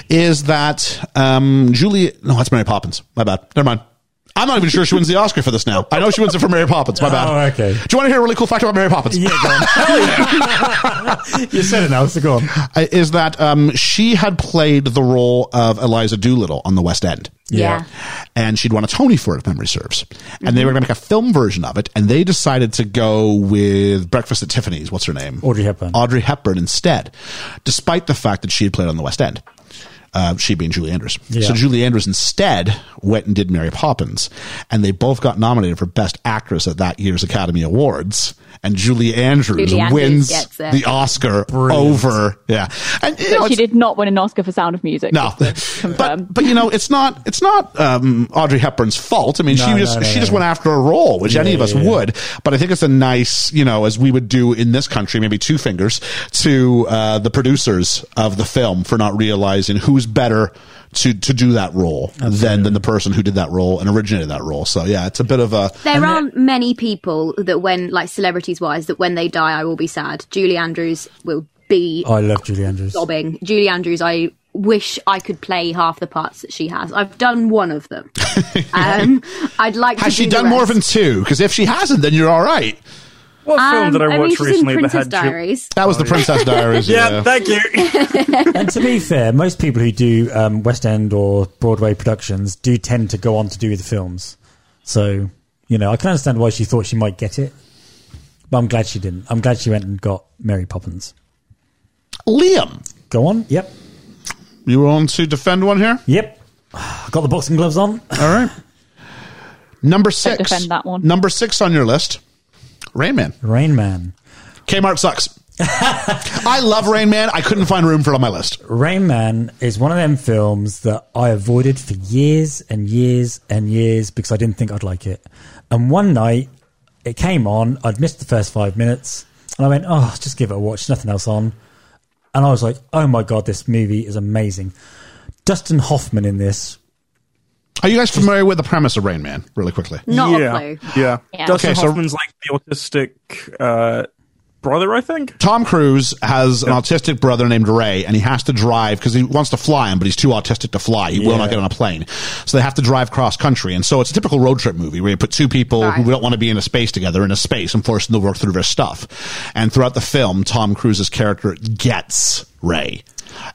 Speaker 8: is that um, Julie? No, that's Mary Poppins. My bad. Never mind. I'm not even sure she wins the Oscar for this now. I know she wins it for Mary Poppins. My bad.
Speaker 10: Oh, okay. Do
Speaker 8: you want to hear a really cool fact about Mary Poppins?
Speaker 10: Yeah, go on. you said it now, so go on.
Speaker 8: Uh, Is that um, she had played the role of Eliza Doolittle on the West End.
Speaker 14: Yeah.
Speaker 8: And she'd won a Tony for it, if memory serves. And they were going to make a film version of it, and they decided to go with Breakfast at Tiffany's. What's her name?
Speaker 10: Audrey Hepburn.
Speaker 8: Audrey Hepburn instead, despite the fact that she had played on the West End. Uh, she being Julie Andrews.
Speaker 10: Yeah.
Speaker 8: So Julie Andrews instead went and did Mary Poppins, and they both got nominated for Best Actress at that year's Academy Awards. And Julie Andrews,
Speaker 5: Andrews
Speaker 8: wins
Speaker 5: gets it.
Speaker 8: the Oscar over. Yeah, and you know,
Speaker 5: But she
Speaker 8: it's-
Speaker 5: did not win an Oscar for Sound of Music.
Speaker 8: no, but but you know it's not it's not um, Audrey Hepburn's fault. I mean,
Speaker 10: No,
Speaker 8: she just
Speaker 10: no, no,
Speaker 8: she just
Speaker 10: no.
Speaker 8: went after a role, which any
Speaker 10: Yeah,
Speaker 8: of us
Speaker 10: yeah, yeah.
Speaker 8: would. But I think it's a nice, you know, as we would do in this country, maybe two fingers to uh, the producers of the film for not realizing who's better to to do that role than than the person who did that role and originated that role. So yeah, it's a bit of a
Speaker 14: There aren't many people that, when like celebrities wise, that when they die, I will be sad. Julie Andrews will be
Speaker 10: I love Julie Andrews.
Speaker 14: sobbing. Julie Andrews, I wish I could play half the parts that she has. I've done one of them. um, I'd like.
Speaker 8: has
Speaker 14: to
Speaker 8: she
Speaker 14: do the
Speaker 8: done more
Speaker 14: rest.
Speaker 8: than two? Because if she hasn't, then you're all right.
Speaker 12: What film
Speaker 14: Um,
Speaker 12: did I watch
Speaker 14: mean, she's in
Speaker 12: recently that
Speaker 14: Princess
Speaker 12: had Ju-
Speaker 14: Diaries.
Speaker 8: That was the Princess Diaries.
Speaker 12: Yeah, thank you.
Speaker 10: and to be fair, most people who do um, West End or Broadway productions do tend to go on to do the films. So, you know, I can understand why she thought she might get it, but I'm glad she didn't. I'm glad she went and got Mary Poppins.
Speaker 8: Liam,
Speaker 10: Go on. Yep.
Speaker 8: you were on to defend one here.
Speaker 10: Yep. I got the boxing gloves on.
Speaker 8: All right. Number 6
Speaker 5: defend that one.
Speaker 8: Number six on your list. Rain Man.
Speaker 10: Rain Man.
Speaker 8: Kmart sucks. I love Rain Man. I couldn't find room for it on my list.
Speaker 10: Rain Man is one of them films that I avoided for years and years and years because I didn't think I'd like it. And one night it came on, I'd missed the first five minutes, and I went, oh, just give it a watch, nothing else on. And I was like, oh my God, this movie is amazing. Dustin Hoffman in this.
Speaker 8: Are you guys familiar with the premise of Rain Man? Really quickly.
Speaker 14: Not
Speaker 12: yeah,
Speaker 14: a clue.
Speaker 12: Yeah.
Speaker 14: Yeah.
Speaker 12: Dustin
Speaker 8: Okay, so-
Speaker 12: Hoffman's like the autistic uh, brother, I think.
Speaker 8: Tom Cruise has an autistic brother named Ray, and he has to drive because he wants to fly him, but he's too autistic to fly. He will not
Speaker 10: Yeah.
Speaker 8: get on a plane. So they have to drive cross country. And so it's a typical road trip movie where you put two people who don't want to be in a space together in a space and force them to work through their stuff. And throughout the film, Tom Cruise's character gets Ray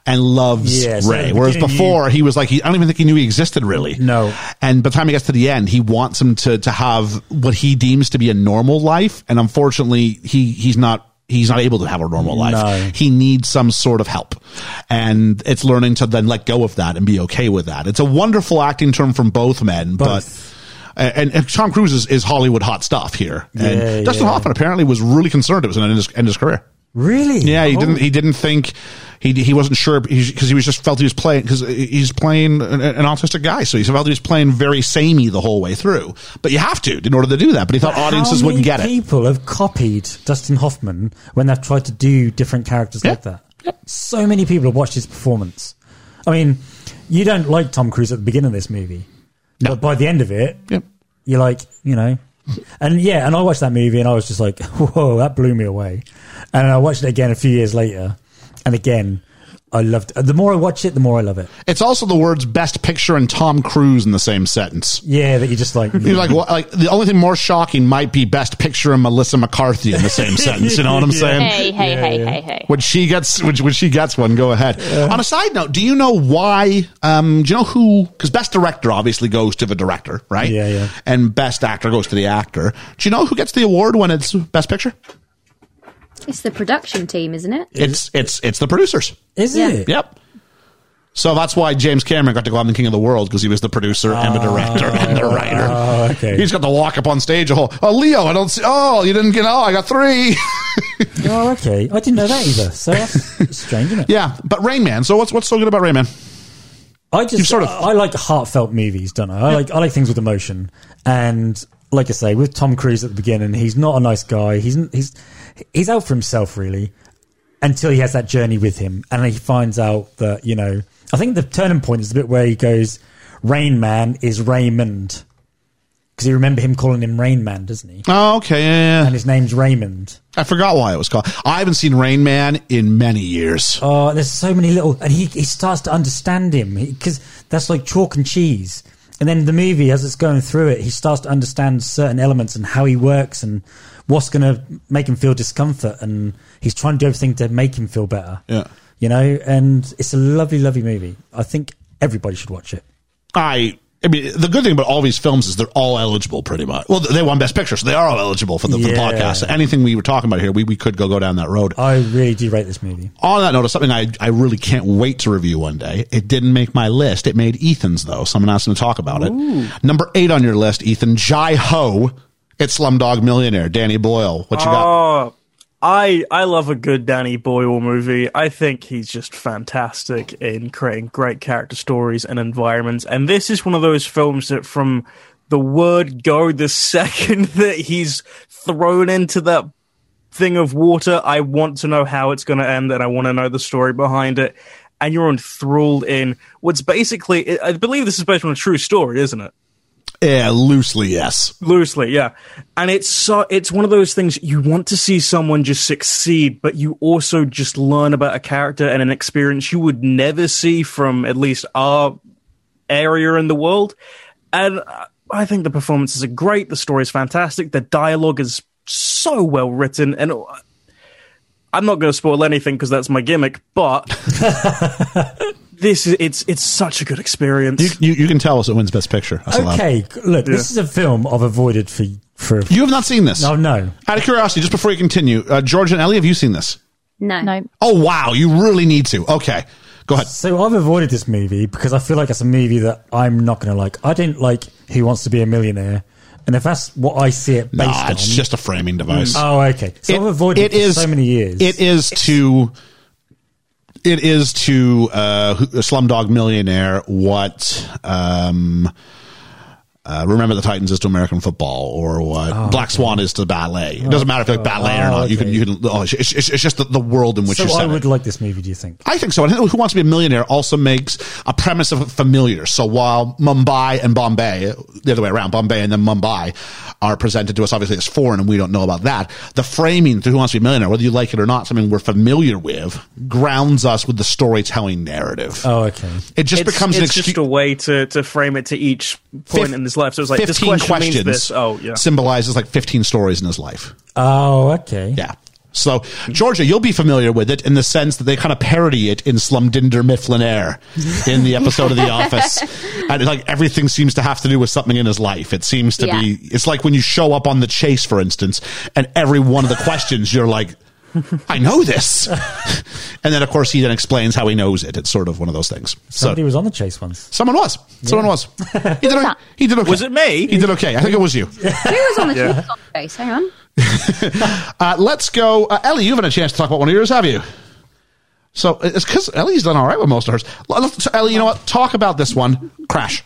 Speaker 8: and loves
Speaker 10: Yeah, so at
Speaker 8: Ray.
Speaker 10: the
Speaker 8: Whereas
Speaker 10: beginning you-
Speaker 8: before, he was like, he, I don't even think he knew he existed really.
Speaker 10: No.
Speaker 8: And by the time he gets to the end, he wants him to to have what he deems to be a normal life, and unfortunately, he he's not. He's not able to have a normal life.
Speaker 10: No.
Speaker 8: He needs some sort of help. And it's learning to then let go of that and be okay with that. It's a wonderful acting term from both men,
Speaker 10: Both.
Speaker 8: but. And, and Tom Cruise is, is Hollywood hot stuff here. And
Speaker 10: Yeah,
Speaker 8: Dustin
Speaker 10: yeah.
Speaker 8: Hoffman apparently was really concerned it was going to end his, end his career.
Speaker 10: Really?
Speaker 8: Yeah, he
Speaker 10: Oh.
Speaker 8: didn't. He didn't think he he wasn't sure because he was just felt he was playing because he's playing an, an autistic guy, so he felt he was playing very samey the whole way through. But you have to in order to do that. But he thought audiences
Speaker 10: How
Speaker 8: wouldn't
Speaker 10: many
Speaker 8: get it.
Speaker 10: People have copied Dustin Hoffman when they've tried to do different characters like that. So many people have watched his performance. I mean, you don't like Tom Cruise at the beginning of this movie, but by the end of it,
Speaker 8: Yep.
Speaker 10: you're like, you know, and yeah. And I watched that movie and I was just like, whoa, that blew me away. And I watched it again a few years later, and again, I loved. uh, The more I watch it, the more I love it.
Speaker 8: It's also the words "Best Picture" and Tom Cruise in the same sentence.
Speaker 10: Yeah, that you're just like,
Speaker 8: You're like, what, like the only thing more shocking might be Best Picture and Melissa McCarthy in the same sentence. You know what I'm saying?
Speaker 5: Hey, hey, hey, hey, hey.
Speaker 8: When she gets when, when she gets one, go ahead. On a side note, do you know why? Um, do you know who? Because best director obviously goes to the director, right?
Speaker 10: Yeah, yeah.
Speaker 8: And best actor goes to the actor. Do you know who gets the award when it's best picture?
Speaker 14: It's the production team, isn't it?
Speaker 8: It's it's it's the producers.
Speaker 10: is
Speaker 14: Yeah.
Speaker 10: it?
Speaker 8: Yep. So that's why James Cameron got to go on the King of the World because he was the producer and
Speaker 10: Ah.
Speaker 8: the director and the writer.
Speaker 10: Oh, okay.
Speaker 8: He's got to walk up on stage a whole. Oh, Leo, I don't see. Oh, you didn't get. Oh, I got three.
Speaker 10: Oh, okay. I didn't know that either. So that's strange, isn't it?
Speaker 8: yeah, but Rain Man. So what's what's so good about Rain Man?
Speaker 10: I just
Speaker 8: You've sort of-
Speaker 10: I, I like heartfelt movies, don't I? I like I like things with emotion, and like I say, with Tom Cruise at the beginning, he's not a nice guy. He's he's he's out for himself really, until he has that journey with him, and he finds out that you know. I think the turning point is the bit where he goes, "Rain Man is Raymond," because you remember him calling him Rain Man, doesn't he?
Speaker 8: Oh, okay. Yeah, yeah, yeah.
Speaker 10: And his name's Raymond.
Speaker 8: I forgot why it was called. I haven't seen Rain Man in many years.
Speaker 10: Oh, there's so many little, and he, he starts to understand him because that's like chalk and cheese. and then the movie, as it's going through it, he starts to understand certain elements and how he works and what's going to make him feel discomfort. And he's trying to do everything to make him feel better.
Speaker 8: Yeah.
Speaker 10: You know, and it's a lovely, lovely movie. I think everybody should watch it.
Speaker 8: I I mean, the good thing about all these films is they're all eligible pretty much. Well, they won Best Picture, so they are all eligible for the, for the
Speaker 10: Yeah. Uh.
Speaker 8: podcast. Anything we were talking about here, we, we could go, go down that road.
Speaker 10: I really do rate this movie.
Speaker 8: On that note, is something I, I really can't wait to review one day. It didn't make my list. It made Ethan's, though, so I'm not going to talk about it.
Speaker 10: Ooh.
Speaker 8: Number eight on your list, Ethan, Jai Ho. It's Slumdog Millionaire, Danny Boyle. What you got?
Speaker 12: Oh, I I love a good Danny Boyle movie. I think he's just fantastic in creating great character stories and environments. And this is one of those films that from the word go, the second that he's thrown into that thing of water, I want to know how it's going to end and I want to know the story behind it. And you're enthralled in what's basically, I believe this is based on a true story, isn't it?
Speaker 8: Yeah, Eh, loosely, yes.
Speaker 12: loosely yeah and it's so it's one of those things you want to see someone just succeed but you also just learn about a character and an experience you would never see from at least our area in the world and uh, i think the performances are great the story is fantastic the dialogue is so well written and uh, i'm not going to spoil anything because that's my gimmick but this is it's it's such a good experience
Speaker 8: You, you, you can tell us it wins Best Picture. That's allowed.
Speaker 10: Okay, look,
Speaker 8: Yeah.
Speaker 10: this is a film I've avoided for for.
Speaker 8: You have not seen this?
Speaker 10: No, no.
Speaker 8: Out of curiosity, just before you continue, uh, George and Ellie, have you seen this?
Speaker 14: No. No.
Speaker 8: Oh, wow. You really need to. Okay. Go ahead.
Speaker 10: So I've avoided this movie because I feel like it's a movie that I'm not going to like. I didn't like Who Wants to Be a Millionaire, and if that's what I see it based
Speaker 8: Nah,
Speaker 10: on,
Speaker 8: it's just a framing device.
Speaker 10: Oh, okay. So I've avoided it, for
Speaker 8: is-
Speaker 10: so many years.
Speaker 8: It is to it is to uh, who- Slumdog Millionaire what um, uh, Remember the Titans is to American football, or what Black Swan is to ballet. It doesn't matter if you like ballet or
Speaker 10: Oh,
Speaker 8: not. You can you can. Oh, it's, it's, it's just the, the world in which
Speaker 10: so
Speaker 8: you're
Speaker 10: I
Speaker 8: set.
Speaker 10: would like this movie. Do you think?
Speaker 8: I think so. And Who Wants to Be a Millionaire also makes a premise of familiar. So while Mumbai and Bombay, the other way around, Bombay and then Mumbai are presented to us, obviously it's foreign and we don't know about that. The framing through Who Wants to Be a Millionaire, whether you like it or not, something we're familiar with, grounds us with the storytelling narrative.
Speaker 10: Oh, okay.
Speaker 8: It just
Speaker 12: It's-
Speaker 8: becomes an
Speaker 12: it's
Speaker 8: excuse.
Speaker 12: just a way to, to frame it to each point
Speaker 8: Fif-
Speaker 12: in his life. So it's like this
Speaker 8: 15
Speaker 12: question means
Speaker 8: questions
Speaker 12: this. Oh yeah,
Speaker 8: symbolizes like 15 stories in his life.
Speaker 10: Oh, okay.
Speaker 8: Yeah. So, Georgia, you'll be familiar with it in the sense that they kind of parody it in Slumdinder Mifflin Air in the episode of The Office. And like everything seems to have to do with something in his life. It seems to
Speaker 14: Yeah.
Speaker 8: be, it's like when you show up on The Chase, for instance, and every one of the questions you're like, I know this. and then, of course, he then explains how he knows it. It's sort of one of those things.
Speaker 10: Somebody
Speaker 8: so,
Speaker 10: was on the chase once.
Speaker 8: someone was. Someone
Speaker 10: Yeah.
Speaker 8: was. He did, he did okay.
Speaker 12: Was it me?
Speaker 8: He did okay. I think it was you.
Speaker 14: Who was on the
Speaker 8: Yeah.
Speaker 14: who was on the face? Hang on.
Speaker 8: Uh, let's go. Uh, Ellie, you haven't had a chance to talk about one of yours, have you? So it's because Ellie's done all right with most of hers. L- l- So Ellie, you know what? Talk about this one, Crash.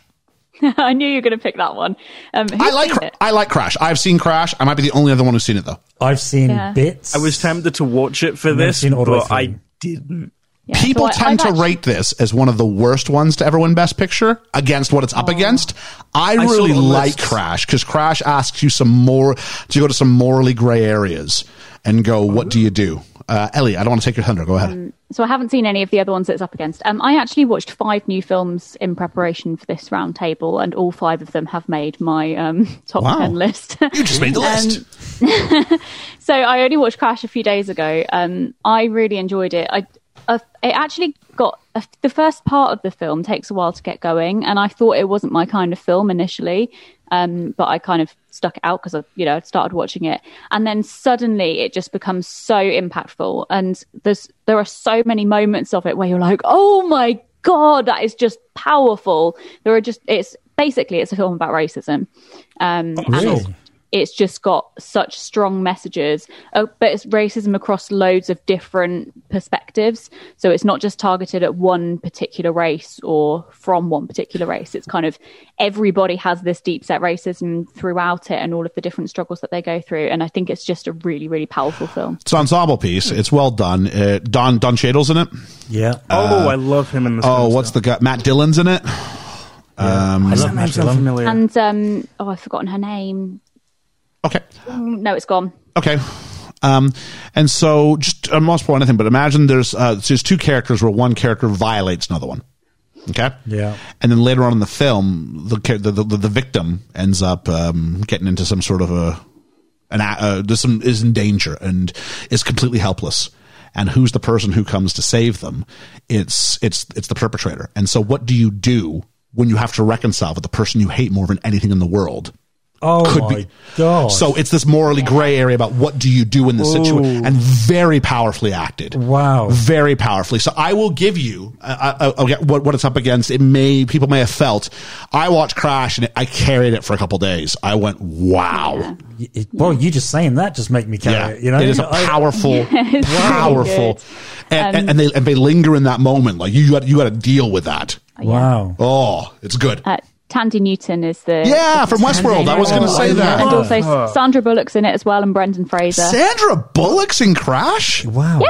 Speaker 5: I knew you were going to pick that one. Um, who's
Speaker 8: I like
Speaker 5: seen
Speaker 8: Cra-
Speaker 5: it?
Speaker 8: I like Crash. I've seen Crash. I might be the only other one who's seen it though.
Speaker 10: I've seen
Speaker 5: Yeah.
Speaker 10: bits.
Speaker 12: I was tempted to watch it for
Speaker 10: never
Speaker 12: this,
Speaker 10: seen it all the way
Speaker 12: but I
Speaker 10: through.
Speaker 12: didn't.
Speaker 5: Yeah,
Speaker 8: People
Speaker 5: so I-
Speaker 8: tend
Speaker 5: I've
Speaker 8: to
Speaker 5: actually-
Speaker 8: rate this as one of the worst ones to ever win Best Picture against what it's up against. I
Speaker 12: I saw
Speaker 8: really
Speaker 12: the
Speaker 8: like
Speaker 12: lists.
Speaker 8: Crash because Crash asks you some more to go to some morally gray areas and go, what do you do? Uh, Ellie, I don't want to take your thunder. Go ahead.
Speaker 5: So I haven't seen any of the other ones that it's up against. Um, I actually watched five new films in preparation for this round table, and all five of them have made my um, top
Speaker 8: Wow.
Speaker 5: ten list. Um,
Speaker 8: you just made the list.
Speaker 5: so I only watched Crash a few days ago. Um, I really enjoyed it. I uh, it actually got uh, the first part of the film takes a while to get going, and I thought it wasn't my kind of film initially. Um, but I kind of stuck it out because I, you know, I'd started watching it, and then suddenly it just becomes so impactful, and there's there are so many moments of it where you're like, oh my god, that is just powerful. There are just it's basically it's a film about racism, um, and
Speaker 10: really?
Speaker 5: it's it's just got such strong messages, uh, but it's racism across loads of different perspectives. So it's not just targeted at one particular race or from one particular race. It's kind of everybody has this deep set racism throughout it and all of the different struggles that they go through. And I think it's just a really, really powerful film.
Speaker 8: It's an ensemble piece. It's well done. Uh, Don Don Cheadle's in it.
Speaker 10: Yeah.
Speaker 12: Oh, I love him in this.
Speaker 8: Uh, Oh, what's the guy? Matt Dillon's in it. Um,
Speaker 10: I love Matt Dillon.
Speaker 12: familiar?
Speaker 5: And um, oh, I've forgotten her name.
Speaker 8: okay,
Speaker 5: Mm, No, it's gone.
Speaker 8: okay. Um, and uh, so, just I'm not spoiling anything, but imagine there's uh, there's two characters where one character violates another one. Okay.
Speaker 10: Yeah.
Speaker 8: And then later on in the film, the ca- the the, the victim ends up um, getting into some sort of a an a- uh, there's some is in danger and is completely helpless. And who's the person who comes to save them? It's it's it's the perpetrator. And so, what do you do when you have to reconcile with the person you hate more than anything in the world?
Speaker 10: Oh
Speaker 8: Could
Speaker 10: my
Speaker 8: be.
Speaker 10: god!
Speaker 8: So it's this morally gray area about what do you do in this situation,
Speaker 10: Ooh.
Speaker 8: and very powerfully acted.
Speaker 10: Wow,
Speaker 8: very powerfully. So I will give you uh, uh, okay, what what it's up against. It may people may have felt. I watched Crash and I carried it for a couple days. I went, wow,
Speaker 10: Y- it- well, you just saying that just make me carry
Speaker 8: yeah,
Speaker 10: it. You know,
Speaker 8: it is a
Speaker 10: I-
Speaker 8: powerful,
Speaker 10: it's really
Speaker 8: powerful,
Speaker 10: good.
Speaker 8: and, and,
Speaker 5: Um,
Speaker 8: and they and they linger in that moment. Like you got you got to deal with that.
Speaker 10: Wow.
Speaker 8: Oh, it's good.
Speaker 5: Uh, Tandy Newton is the
Speaker 8: Yeah, from
Speaker 5: Tandy
Speaker 8: Westworld. I was
Speaker 5: Newton.
Speaker 8: gonna say that.
Speaker 5: and
Speaker 8: Wow.
Speaker 5: also Sandra Bullock's in it as well, and Brendan Fraser.
Speaker 8: Sandra Bullock's in Crash.
Speaker 10: Wow.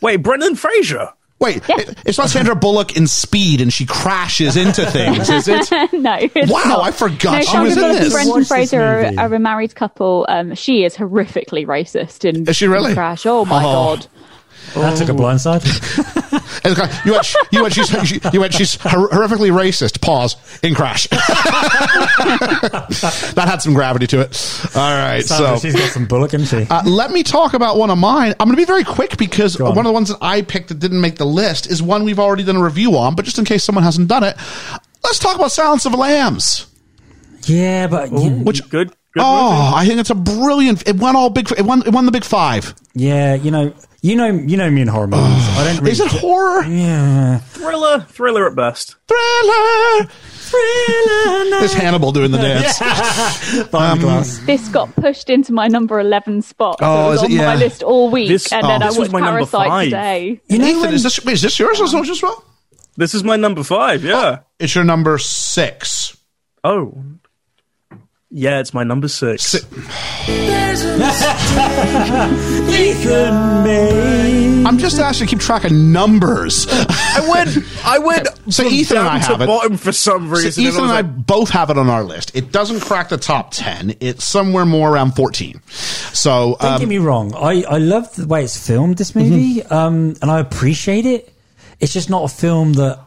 Speaker 12: Wait, Brendan Fraser.
Speaker 8: Wait, it- it's not Sandra Bullock in Speed and she crashes into things, is it?
Speaker 5: no. it's
Speaker 8: Wow,
Speaker 5: not.
Speaker 8: I forgot
Speaker 5: No,
Speaker 8: she
Speaker 5: Sandra
Speaker 8: was in
Speaker 5: Bullock
Speaker 8: this.
Speaker 5: and Brendan
Speaker 8: Watch this
Speaker 5: Fraser are,
Speaker 8: movie.
Speaker 5: are a married couple. Um, she is horrifically racist in
Speaker 8: Is she really?
Speaker 5: in Crash. Oh my
Speaker 8: Oh.
Speaker 5: god.
Speaker 10: That took a blindside.
Speaker 8: And the guy- you went, you went, she's, she, you went, she's hor- horrifically racist. Pause in crash. that had some gravity to it. All right, so.
Speaker 10: Sandra, she's got some bullock, isn't she?
Speaker 8: Uh, let me talk about one of mine. I'm going to be very quick because one of the ones that I picked that didn't make the list is one we've already done a review on, but just in case someone hasn't done it, let's talk about Silence of the Lambs.
Speaker 10: yeah, but you-
Speaker 8: Which
Speaker 12: good.
Speaker 8: oh, I think it's a brilliant. It won all big. It won. It won the big five.
Speaker 10: yeah, you know, you know, you know me in horror movies. I don't. Really
Speaker 8: Is it horror?
Speaker 10: Yeah.
Speaker 12: Thriller, thriller at best.
Speaker 8: Thriller.
Speaker 10: Thriller.
Speaker 8: It's Hannibal doing the dance. Um,
Speaker 10: Behind the glass.
Speaker 5: This got pushed into my number eleven spot.
Speaker 8: Oh,
Speaker 5: so it was
Speaker 8: is
Speaker 5: on
Speaker 8: it?
Speaker 5: my
Speaker 8: Yeah.
Speaker 5: list all week,
Speaker 12: This-
Speaker 5: and
Speaker 12: oh,
Speaker 5: then I
Speaker 12: this was
Speaker 5: watched
Speaker 12: my number
Speaker 5: Parasite
Speaker 12: five.
Speaker 5: today.
Speaker 10: You know,
Speaker 8: Nathan,
Speaker 10: when-
Speaker 8: is this wait, is this yours or is yours as well?
Speaker 12: This is my number five. Yeah.
Speaker 8: It's your number six.
Speaker 12: Oh. Yeah, it's my number six.
Speaker 10: Ethan May.
Speaker 8: I'm just asked to keep track of numbers.
Speaker 12: I went. I went.
Speaker 8: So
Speaker 12: from
Speaker 8: Ethan and
Speaker 12: down
Speaker 8: I have
Speaker 12: to
Speaker 8: it.
Speaker 12: bottom for some
Speaker 8: So
Speaker 12: reason. and
Speaker 8: Ethan and
Speaker 12: I
Speaker 8: I
Speaker 12: was like,
Speaker 8: both have it on our list. It doesn't crack the top ten. It's somewhere more around fourteen. So
Speaker 10: Don't
Speaker 8: um,
Speaker 10: get me wrong. I, I love the way it's filmed, this movie, um, and I appreciate it. It's just not a film that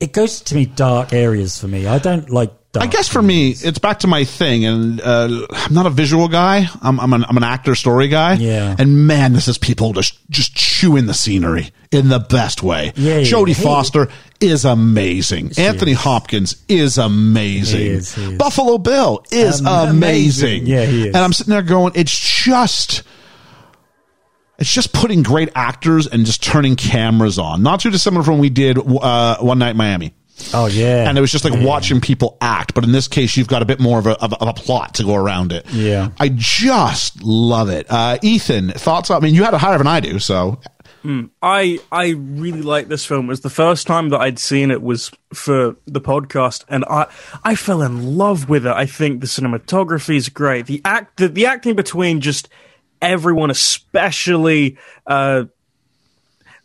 Speaker 10: it goes to me dark areas for me. I don't like
Speaker 8: I
Speaker 10: dark.
Speaker 8: guess for me, it's back to my thing, and uh, I'm not a visual guy. I'm I'm an, I'm an actor, story guy.
Speaker 10: Yeah.
Speaker 8: And man, this is people just just chewing the scenery in the best way.
Speaker 10: Yeah, yeah,
Speaker 8: Jodie
Speaker 10: yeah.
Speaker 8: Foster is amazing. Anthony Hopkins is amazing.
Speaker 10: He is, he is.
Speaker 8: Buffalo Bill is
Speaker 10: Am-
Speaker 8: amazing.
Speaker 10: amazing. Yeah, he is.
Speaker 8: And I'm sitting there going, it's just. It's just putting great actors and just turning cameras on. Not too dissimilar from when we did uh, One Night in Miami
Speaker 10: Oh yeah,
Speaker 8: and it was just like watching people act. But in this case, you've got a bit more of a, of a, of a plot to go around it.
Speaker 10: Yeah.
Speaker 8: I just love it. Uh, Ethan, thoughts? on- I mean, you had it higher than I do, so
Speaker 12: I I really like this film. It was the first time that I'd seen it was for the podcast, and I I fell in love with it. I think the cinematography is great. The act the, the acting between just everyone, especially uh,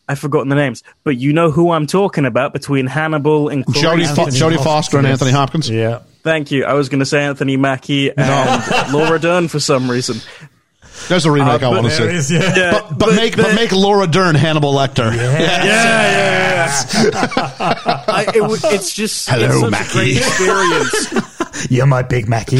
Speaker 12: I've forgotten the names, but you know who I'm talking about between Hannibal and Clarice.
Speaker 8: Jodie Fo- Jodie
Speaker 10: Anthony Hopkins.
Speaker 8: Foster and Anthony Hopkins.
Speaker 10: yeah.
Speaker 12: Thank you. I was going to say Anthony Mackie and Laura Dern for some reason.
Speaker 8: There's a remake I want to see.
Speaker 10: Uh, There is, yeah.
Speaker 12: Yeah,
Speaker 8: But, but, make but make Laura Dern Hannibal Lecter. Yeah.
Speaker 12: yeah, yeah. yeah. I, it, w- it's just
Speaker 8: Hello,
Speaker 12: it's such a
Speaker 8: Mackie.
Speaker 12: great experience.
Speaker 10: You're my Big Mackie.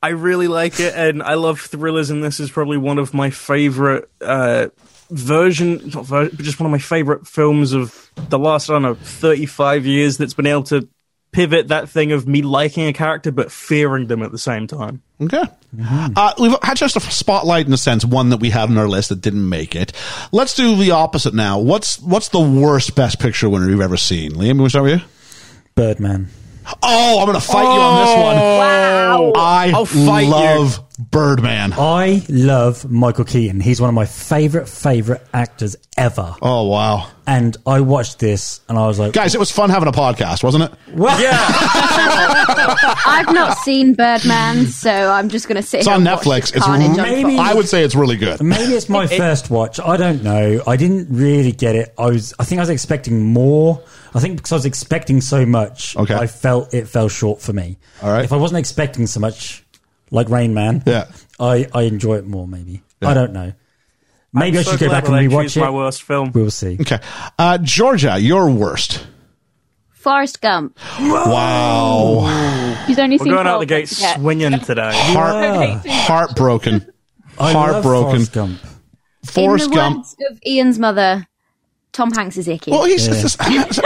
Speaker 12: I really like it, and I love thrillers, and this is probably one of my favorite uh, version, not version, but just one of my favorite films of the last I don't know thirty five years that's been able to pivot that thing of me liking a character but fearing them at the same time.
Speaker 8: Okay. Uh, we've had just a spotlight in a sense, one that we have on our list that didn't make it. Let's do the opposite now. What's what's the worst Best Picture winner you've ever seen? Liam, we start with you.
Speaker 10: Birdman.
Speaker 8: Oh, I'm going to fight you on this one.
Speaker 5: Wow.
Speaker 8: I
Speaker 12: I'll fight you.
Speaker 8: love Birdman.
Speaker 10: I love Michael Keaton. He's one of my favorite favorite actors ever.
Speaker 8: Oh wow,
Speaker 10: And I watched this, and I was like,
Speaker 8: guys, it was fun having a podcast, wasn't it?
Speaker 10: "What?"
Speaker 12: Yeah,
Speaker 14: I've not seen Birdman, so I'm just going to sit
Speaker 8: It's
Speaker 14: here
Speaker 8: on
Speaker 14: and watch
Speaker 8: Netflix.
Speaker 14: this
Speaker 8: It's
Speaker 14: carnage on
Speaker 10: Maybe-
Speaker 14: Fox.
Speaker 8: I would say it's really good.
Speaker 10: Maybe it's my first watch. I don't know. I didn't really get it. I was. I think I was expecting more. I think because I was expecting so much.
Speaker 8: Okay.
Speaker 10: I felt it fell short for me.
Speaker 8: All right.
Speaker 10: If I wasn't expecting so much, like Rain Man,
Speaker 8: Yeah.
Speaker 10: I I enjoy it more. Maybe I don't know. Maybe
Speaker 12: I'm
Speaker 10: I
Speaker 12: so
Speaker 10: should go
Speaker 12: glad
Speaker 10: back and
Speaker 12: that I
Speaker 10: rewatch
Speaker 12: choose
Speaker 10: it.
Speaker 12: my worst film.
Speaker 10: We'll see.
Speaker 8: Okay. Uh, Georgia, your worst.
Speaker 14: Forrest Gump.
Speaker 8: Wow.
Speaker 14: He's only
Speaker 12: We're
Speaker 14: seen
Speaker 12: going out
Speaker 14: 12
Speaker 12: the gate
Speaker 14: once again.
Speaker 12: swinging today.
Speaker 8: Heart, heartbroken.
Speaker 10: I love
Speaker 8: heartbroken.
Speaker 10: Forrest Gump.
Speaker 8: Forrest
Speaker 14: In the
Speaker 8: Gump.
Speaker 14: words of Ian's mother, Tom Hanks is icky.
Speaker 8: Well, he's, does, that, does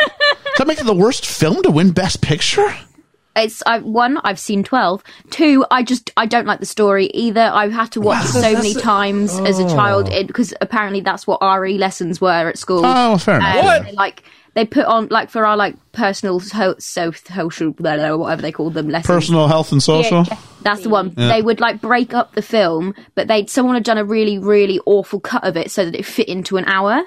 Speaker 8: that make it the worst film to win Best Picture?
Speaker 14: It's I, one. I've seen twelve. Two. I just I don't like the story either. I had to watch
Speaker 8: Wow.
Speaker 14: so
Speaker 8: That's-
Speaker 14: many times as a
Speaker 8: Oh.
Speaker 14: child because apparently that's what RE lessons were at school.
Speaker 8: Oh, fair enough.
Speaker 14: Um,
Speaker 8: What?
Speaker 14: they, Like they put on like for our like personal so so social blah, blah, whatever they call them lessons.
Speaker 8: Personal health and social.
Speaker 14: That's the one.
Speaker 8: Yeah.
Speaker 14: They would like break up the film, but they'd someone had done a really really awful cut of it so that it fit into an hour.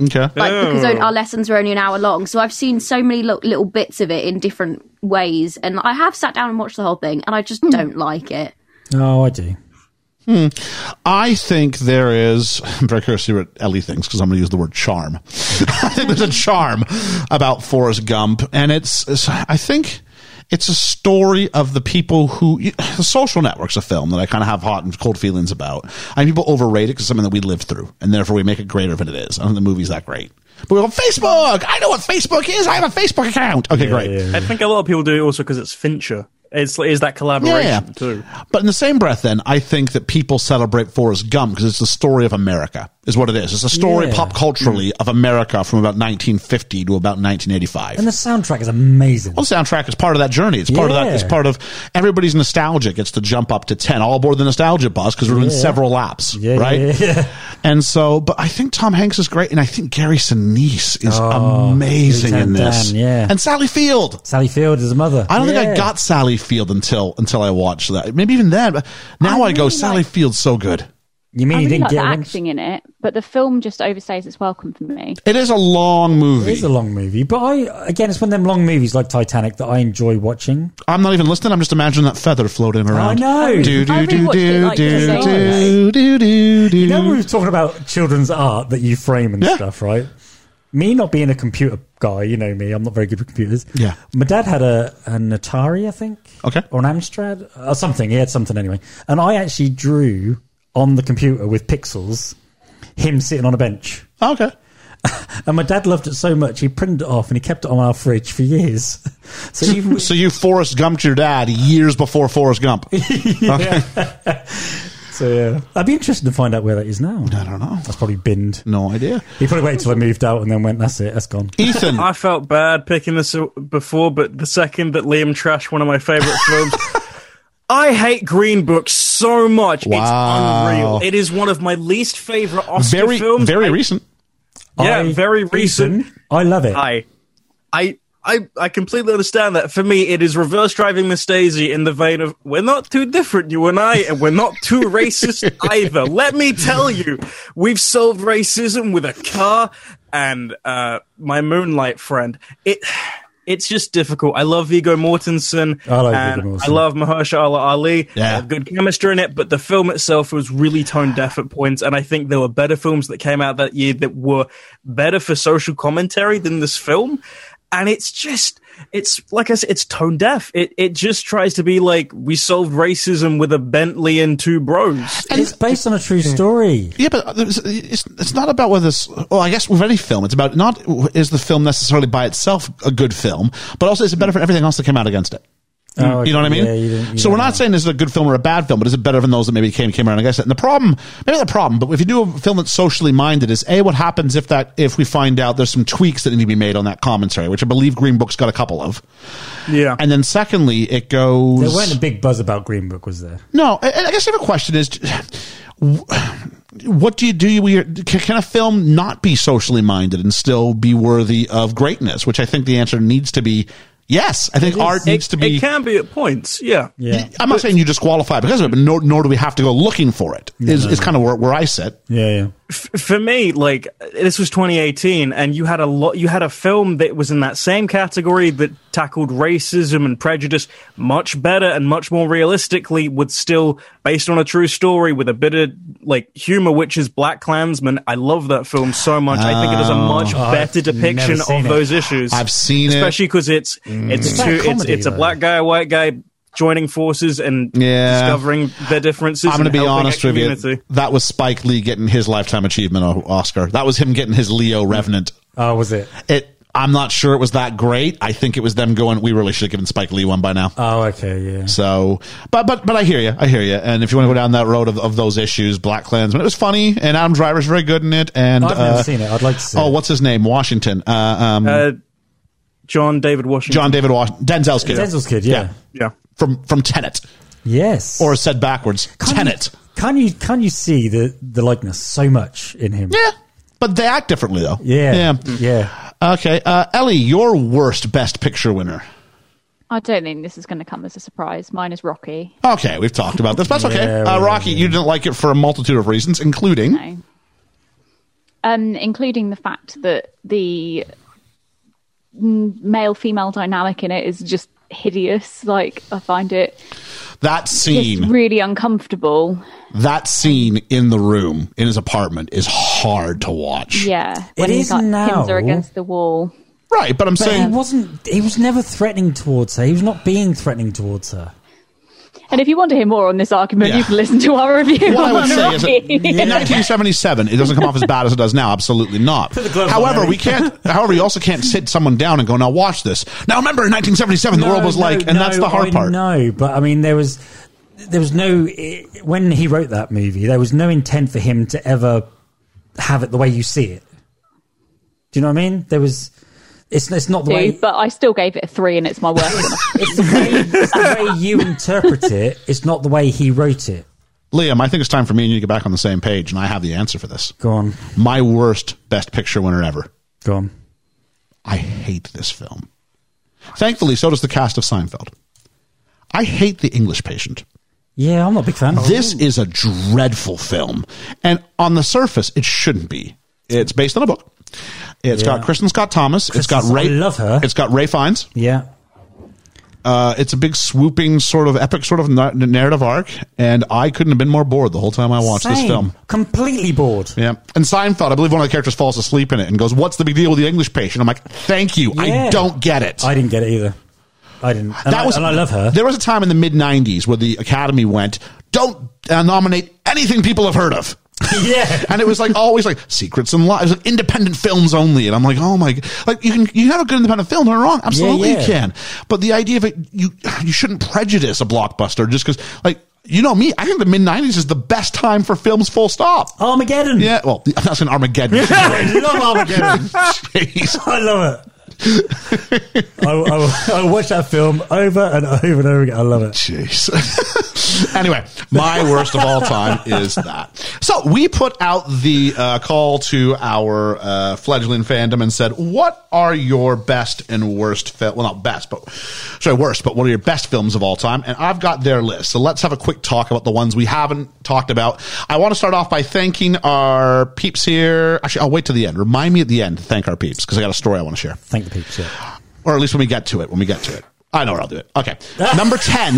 Speaker 8: Okay.
Speaker 14: like because o- our lessons were only an hour long so i've seen so many lo- little bits of it in different ways and i have sat down and watched the whole thing and i just
Speaker 5: Hmm.
Speaker 14: don't like it
Speaker 10: Oh, I do.
Speaker 8: Hmm. I think there is. I'm very curious to see what Ellie thinks because I'm going to use the word charm. I think there's a charm about Forrest Gump, and it's, it's. I think it's a story of the people who. The Social Network's a film that I kind of have hot and cold feelings about. I mean, people overrate it because it's something that we lived through, and therefore we make it greater than it is. I don't think the movie's that great. But we go Facebook. I know what Facebook is. I have a Facebook account. Okay, great.
Speaker 12: I think a lot of people do it also because it's Fincher. It's is that collaboration
Speaker 8: Yeah.
Speaker 12: too.
Speaker 8: But in the same breath, then I think that people celebrate Forrest Gump because it's the story of America, is what it is. It's a story
Speaker 10: Yeah. Mm.
Speaker 8: pop culturally of America from about 1950 to about 1985.
Speaker 10: And the soundtrack is amazing.
Speaker 8: Well, the soundtrack is part of that journey. It's part of that.
Speaker 10: Yeah.
Speaker 8: It's part of everybody's nostalgia gets to jump up to 10, all aboard the nostalgia bus because we're doing
Speaker 10: Yeah.
Speaker 8: several laps,
Speaker 10: Yeah,
Speaker 8: right?
Speaker 10: yeah, yeah.
Speaker 8: And so, but I think Tom Hanks is great. And I think Gary Sinise is
Speaker 10: Oh,
Speaker 8: amazing in
Speaker 10: Lieutenant
Speaker 8: this.
Speaker 10: Dan, yeah.
Speaker 8: And Sally Field.
Speaker 10: Sally Field is a mother.
Speaker 8: I don't think I
Speaker 10: Yeah.
Speaker 8: got Sally Field until until I watched that. Maybe even then. But now I, go, Sally Field's so good.
Speaker 10: You
Speaker 5: I
Speaker 10: mean
Speaker 5: really like the acting in it, but the film just overstays its welcome for me.
Speaker 8: It is a long movie.
Speaker 10: It is a long movie, but I again, it's one of them long movies like Titanic that I enjoy watching.
Speaker 8: I'm not even listening. I'm just imagining that feather floating around.
Speaker 10: I know.
Speaker 8: Do do
Speaker 10: I
Speaker 8: do
Speaker 10: rewatched it,
Speaker 8: do
Speaker 10: like, the
Speaker 8: do
Speaker 10: other
Speaker 8: do
Speaker 10: day.
Speaker 8: do do do.
Speaker 10: You know, we were talking about children's art that you frame and stuff, right? Me not being a computer guy, you know me, I'm not very good with computers.
Speaker 8: Yeah.
Speaker 10: My dad had a an Atari, I think.
Speaker 8: Okay.
Speaker 10: Or an Amstrad or something. He had something anyway. And I actually drew on the computer with pixels him sitting on a bench.
Speaker 8: Okay.
Speaker 10: And my dad loved it so much, he printed it off and he kept it on our fridge for years. So you
Speaker 8: So you Forrest Gumped your dad years before Forrest Gump. Okay.
Speaker 10: So yeah, I'd be interested to find out where that is now. I
Speaker 8: don't know.
Speaker 10: That's probably binned.
Speaker 8: No idea.
Speaker 10: He probably waited till I moved out and then went. That's it. That's gone.
Speaker 8: Ethan.
Speaker 12: I felt bad picking this o- before, but the second that Liam trashed one of my favorite films, I hate Green Book so much.
Speaker 8: Wow.
Speaker 12: It's unreal. It is one of my least favorite Oscar
Speaker 8: Very
Speaker 12: films.
Speaker 8: very
Speaker 12: I-
Speaker 8: recent.
Speaker 12: Yeah,
Speaker 10: I-
Speaker 12: very recent.
Speaker 10: I love it.
Speaker 12: I, I, I, I completely understand that. For me, it is reverse driving Miss Daisy in the vein of we're not too different, you and I, and we're not too racist either. Let me tell you, we've solved racism with a car and uh, my moonlight friend. It. It's just difficult. I love Vigo Mortensen.
Speaker 10: I like
Speaker 12: and
Speaker 10: Viggo Mortensen.
Speaker 12: I love Mahershala Ali.
Speaker 8: Yeah.
Speaker 12: Uh, good chemistry in it, but the film itself was really tone deaf at points. And I think there were better films that came out that year that were better for social commentary than this film. And it's just, it's like I said, it's tone deaf. It it just tries to be like we solved racism with a Bentley and two bros.
Speaker 10: It's based on a true story.
Speaker 8: Yeah, but uh, there's- it's it's not about whether. This, well, I guess with any film, it's about not is the film necessarily by itself a good film, but also is it better for everything else that came out against it.
Speaker 10: Oh,
Speaker 8: you know what I mean?
Speaker 10: yeah, you didn't- you
Speaker 8: so we're
Speaker 10: don't
Speaker 8: not saying is it a good film or a bad film, but is it better than those that maybe came came around against it? And the problem, maybe not the problem, but if you do a film that's socially minded, is a what happens if that if we find out there's some tweaks that need to be made on that commentary, which I believe Green Book's got a couple of,
Speaker 12: Yeah.
Speaker 8: and then secondly, it goes
Speaker 10: There weren't a big buzz about Green Book, was there?
Speaker 8: no, I, I guess the other question is, w- what do you do? with your- Can can a film not be socially minded and still be worthy of greatness? Which I think the answer needs to be yes. I think art needs to be.
Speaker 12: It can be at points, yeah.
Speaker 10: Yeah.
Speaker 8: I'm not saying you disqualify because of it, but nor, nor do we have to go looking for it. Is, is kind of where, where I sit.
Speaker 10: Yeah, yeah.
Speaker 12: for me, like this was 2018, and you had a lot. You had a film that was in that same category that tackled racism and prejudice much better and much more realistically, with still based on a true story with a bit of like humor, which is Black Klansman. I love that film so much. I think it is a much
Speaker 10: Oh, I've
Speaker 12: better depiction
Speaker 10: never seen
Speaker 12: of
Speaker 10: it.
Speaker 12: those issues.
Speaker 8: I've seen it. Mm.
Speaker 12: especially because it's it's
Speaker 10: It's
Speaker 12: two.
Speaker 10: like
Speaker 12: It's
Speaker 10: comedy,
Speaker 12: it's a
Speaker 10: though.
Speaker 12: black guy, a white guy. joining forces and
Speaker 8: Yeah.
Speaker 12: discovering their differences.
Speaker 8: I'm
Speaker 12: and
Speaker 8: going to be
Speaker 12: helping a
Speaker 8: honest with you.
Speaker 12: community.
Speaker 8: That was Spike Lee getting his lifetime achievement o- Oscar. That was him getting his Leo Revenant.
Speaker 10: Oh, was it?
Speaker 8: It. I'm not sure it was that great. I think it was them going. We really should have given Spike Lee one by now.
Speaker 10: Oh, okay, yeah.
Speaker 8: So, but but but I hear you. I hear you. And if you want to go down that road of, of those issues, Black Klansman, it was funny, and Adam Driver's very good in it. And uh,
Speaker 10: I've never seen it. I'd like to see.
Speaker 8: Oh, what's his name? Washington. Uh, um,
Speaker 12: Uh, John David Washington.
Speaker 8: John David Washington. Denzel's kid.
Speaker 10: Denzel's kid, yeah.
Speaker 12: Yeah.
Speaker 8: From from Tenet.
Speaker 10: Yes.
Speaker 8: Or said backwards, Tenet.
Speaker 10: Can you can you see the the likeness so much in him?
Speaker 8: Yeah. But they act differently though.
Speaker 10: Yeah.
Speaker 8: Yeah.
Speaker 10: Yeah.
Speaker 8: Okay. Uh, Ellie, your worst best picture winner.
Speaker 5: I don't think this is going to come as a surprise. Mine is Rocky.
Speaker 8: Okay, we've talked about this. But that's okay.
Speaker 5: Yeah,
Speaker 8: uh,
Speaker 5: we-
Speaker 8: Rocky, you didn't like it for a multitude of reasons, including
Speaker 5: um, including the fact that the male female dynamic in it is just hideous. Like, I find it
Speaker 8: that
Speaker 5: just
Speaker 8: scene.
Speaker 5: really uncomfortable.
Speaker 8: that scene in the room in his apartment is hard to watch.
Speaker 5: Yeah.
Speaker 10: It
Speaker 5: when
Speaker 10: is
Speaker 5: he's like, pins
Speaker 10: now.
Speaker 5: are against the wall.
Speaker 8: Right, but I'm
Speaker 10: But
Speaker 8: saying
Speaker 10: he wasn't. He was never threatening towards her. He was not being threatening towards her.
Speaker 5: And if you want to hear more on this argument,
Speaker 8: Yeah.
Speaker 5: you can listen to our review.
Speaker 8: What I would
Speaker 5: on
Speaker 8: say is that
Speaker 5: Rocky.
Speaker 8: in 1977, it doesn't come off as bad as it does now. Absolutely not.
Speaker 10: the gloves on,
Speaker 8: However,
Speaker 10: Harry.
Speaker 8: we can't. However, you also can't sit someone down and go, "Now watch this." Now remember, in 1977, the world was like, and that's the hard part.
Speaker 10: No, but I mean, there was there was no when he wrote that movie. There was no intent for him to ever have it the way you see it. Do you know what I mean? There was. It's it's not the way
Speaker 5: Two, but I still gave it a three, and it's my worst.
Speaker 10: the way you interpret it. It's not the way he wrote it.
Speaker 8: Liam, I think it's time for me and you to get back on the same page, and I have the answer for this.
Speaker 10: Go on.
Speaker 8: My worst best picture winner ever.
Speaker 10: Go on.
Speaker 8: I hate this film. Thankfully, so does the cast of Seinfeld. I hate the English patient.
Speaker 10: Yeah, I'm not a big fan.
Speaker 8: This is a dreadful film. And on the surface, it shouldn't be. It's based on a book. It's
Speaker 10: Yeah.
Speaker 8: got Kristen Scott Thomas. it's got
Speaker 10: Kristen-
Speaker 8: Ray.
Speaker 10: I love her.
Speaker 8: It's got Ray Fiennes.
Speaker 10: Yeah.
Speaker 8: Uh, it's a big swooping sort of epic sort of na- narrative arc, and I couldn't have been more bored the whole time I watched this
Speaker 10: Same.
Speaker 8: film.
Speaker 10: Completely bored.
Speaker 8: Yeah, and Seinfeld. I believe one of the characters falls asleep in it and goes, "What's the big deal with the English patient?" I'm like, "Thank you, I
Speaker 10: Yeah.
Speaker 8: don't get it."
Speaker 10: I didn't get it either. I didn't. And I, and I love her.
Speaker 8: There was a time in the mid '90s where the Academy went, "Don't uh, nominate anything people have heard of."
Speaker 10: yeah,
Speaker 8: and it was like always like secrets and lies, like independent films only. And I'm like, oh my, g-" like you can you have a good independent film, don't get me wrong, absolutely
Speaker 10: yeah.
Speaker 8: you can. But the idea of it, you you shouldn't prejudice a blockbuster just because like. You know me. I think the mid '90s is the best time for films. Full stop.
Speaker 10: Armageddon.
Speaker 8: Yeah. Well, I'm not saying Armageddon.
Speaker 10: Oh. I love Armageddon.
Speaker 8: Jeez.
Speaker 10: I love it. I, I, I watch that film over and over and over again. I love it.
Speaker 8: Jeez. anyway, my worst of all time is that. So we put out the uh, call to our uh, fledgling fandom and said, "What are your best and worst film? Well, not best, but sorry, worst. But what are your best films of all time?" And I've got their list. So let's have a quick talk about the ones we haven't talked about. I want to start off by thanking our peeps here. Actually, I'll wait to the end. Remind me at the end to thank our peeps because I got a story I want to share
Speaker 10: Thank the peeps. Yeah.
Speaker 8: or at least when we get to it. When we get to it, I know where I'll do it. Okay, number ten,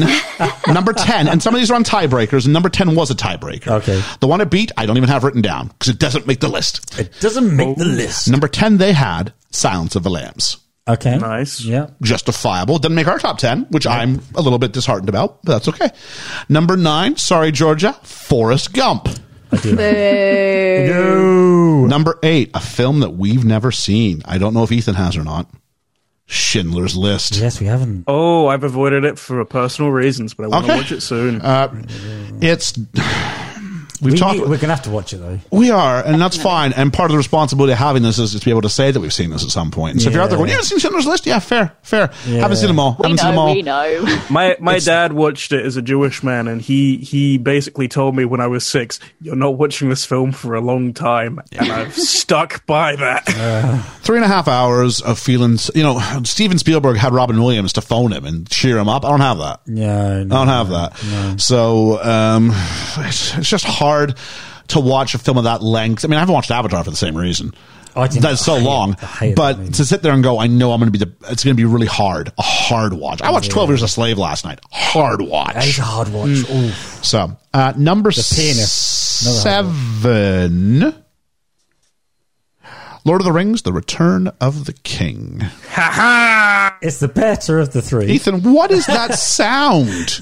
Speaker 8: number ten, and some of these are on tiebreakers. And number ten was a tiebreaker.
Speaker 10: Okay.
Speaker 8: the one it beat, I don't even have written down because it doesn't make the list.
Speaker 10: It doesn't make the list.
Speaker 8: Number ten, they had Silence of the Lambs.
Speaker 10: Okay.
Speaker 12: Nice.
Speaker 10: Yeah.
Speaker 8: Justifiable doesn't make our top ten, which I'm a little bit disheartened about, but that's okay. Number nine, sorry Georgia, Forrest Gump. Number eight, a film that we've never seen. I don't know if Ethan has or not. Schindler's List.
Speaker 10: Yes, we haven't.
Speaker 12: Oh, I've avoided it for personal reasons, but I want
Speaker 8: Okay.
Speaker 12: to watch it soon.
Speaker 8: Uh, it's we've
Speaker 10: We
Speaker 8: talked.
Speaker 10: need- we're gonna have to watch it though.
Speaker 8: we are, and that's fine. And part of the responsibility of having this is to be able to say that we've seen this at some point. So if you're out there
Speaker 10: Yeah.
Speaker 8: going, "You haven't seen Schindler's List? Yeah, fair, fair. Haven't seen them all.
Speaker 5: we
Speaker 8: haven't seen them
Speaker 5: know,
Speaker 8: all."
Speaker 5: we know.
Speaker 12: My my dad watched it as a Jewish man, and he he basically told me when I was six, "You're not watching this film for a long time," and I've stuck by that.
Speaker 8: Uh, Three and a half hours of feeling. You know, Steven Spielberg had Robin Williams to phone him and cheer him up. I don't have that.
Speaker 10: Yeah.
Speaker 8: I don't have that. So um, it's, it's just hard to watch a film of that length. I mean, I haven't watched Avatar for the same reason.
Speaker 10: Oh, I didn't-
Speaker 8: That's so
Speaker 10: I hate-
Speaker 8: long.
Speaker 10: I hate
Speaker 8: But
Speaker 10: that movie.
Speaker 8: to sit there and go, I know I'm going to be the. It's going to be really hard, a hard watch. I watched Twelve Years a Slave last night. Hard
Speaker 10: That is
Speaker 8: watch.
Speaker 10: a hard watch.
Speaker 8: Hmm.
Speaker 10: Oof.
Speaker 8: So uh, number
Speaker 10: Pianist. Another
Speaker 8: seven, Lord of the Rings: The Return of the King.
Speaker 12: ha!
Speaker 10: It's the better of the three.
Speaker 8: Ethan, what is that sound?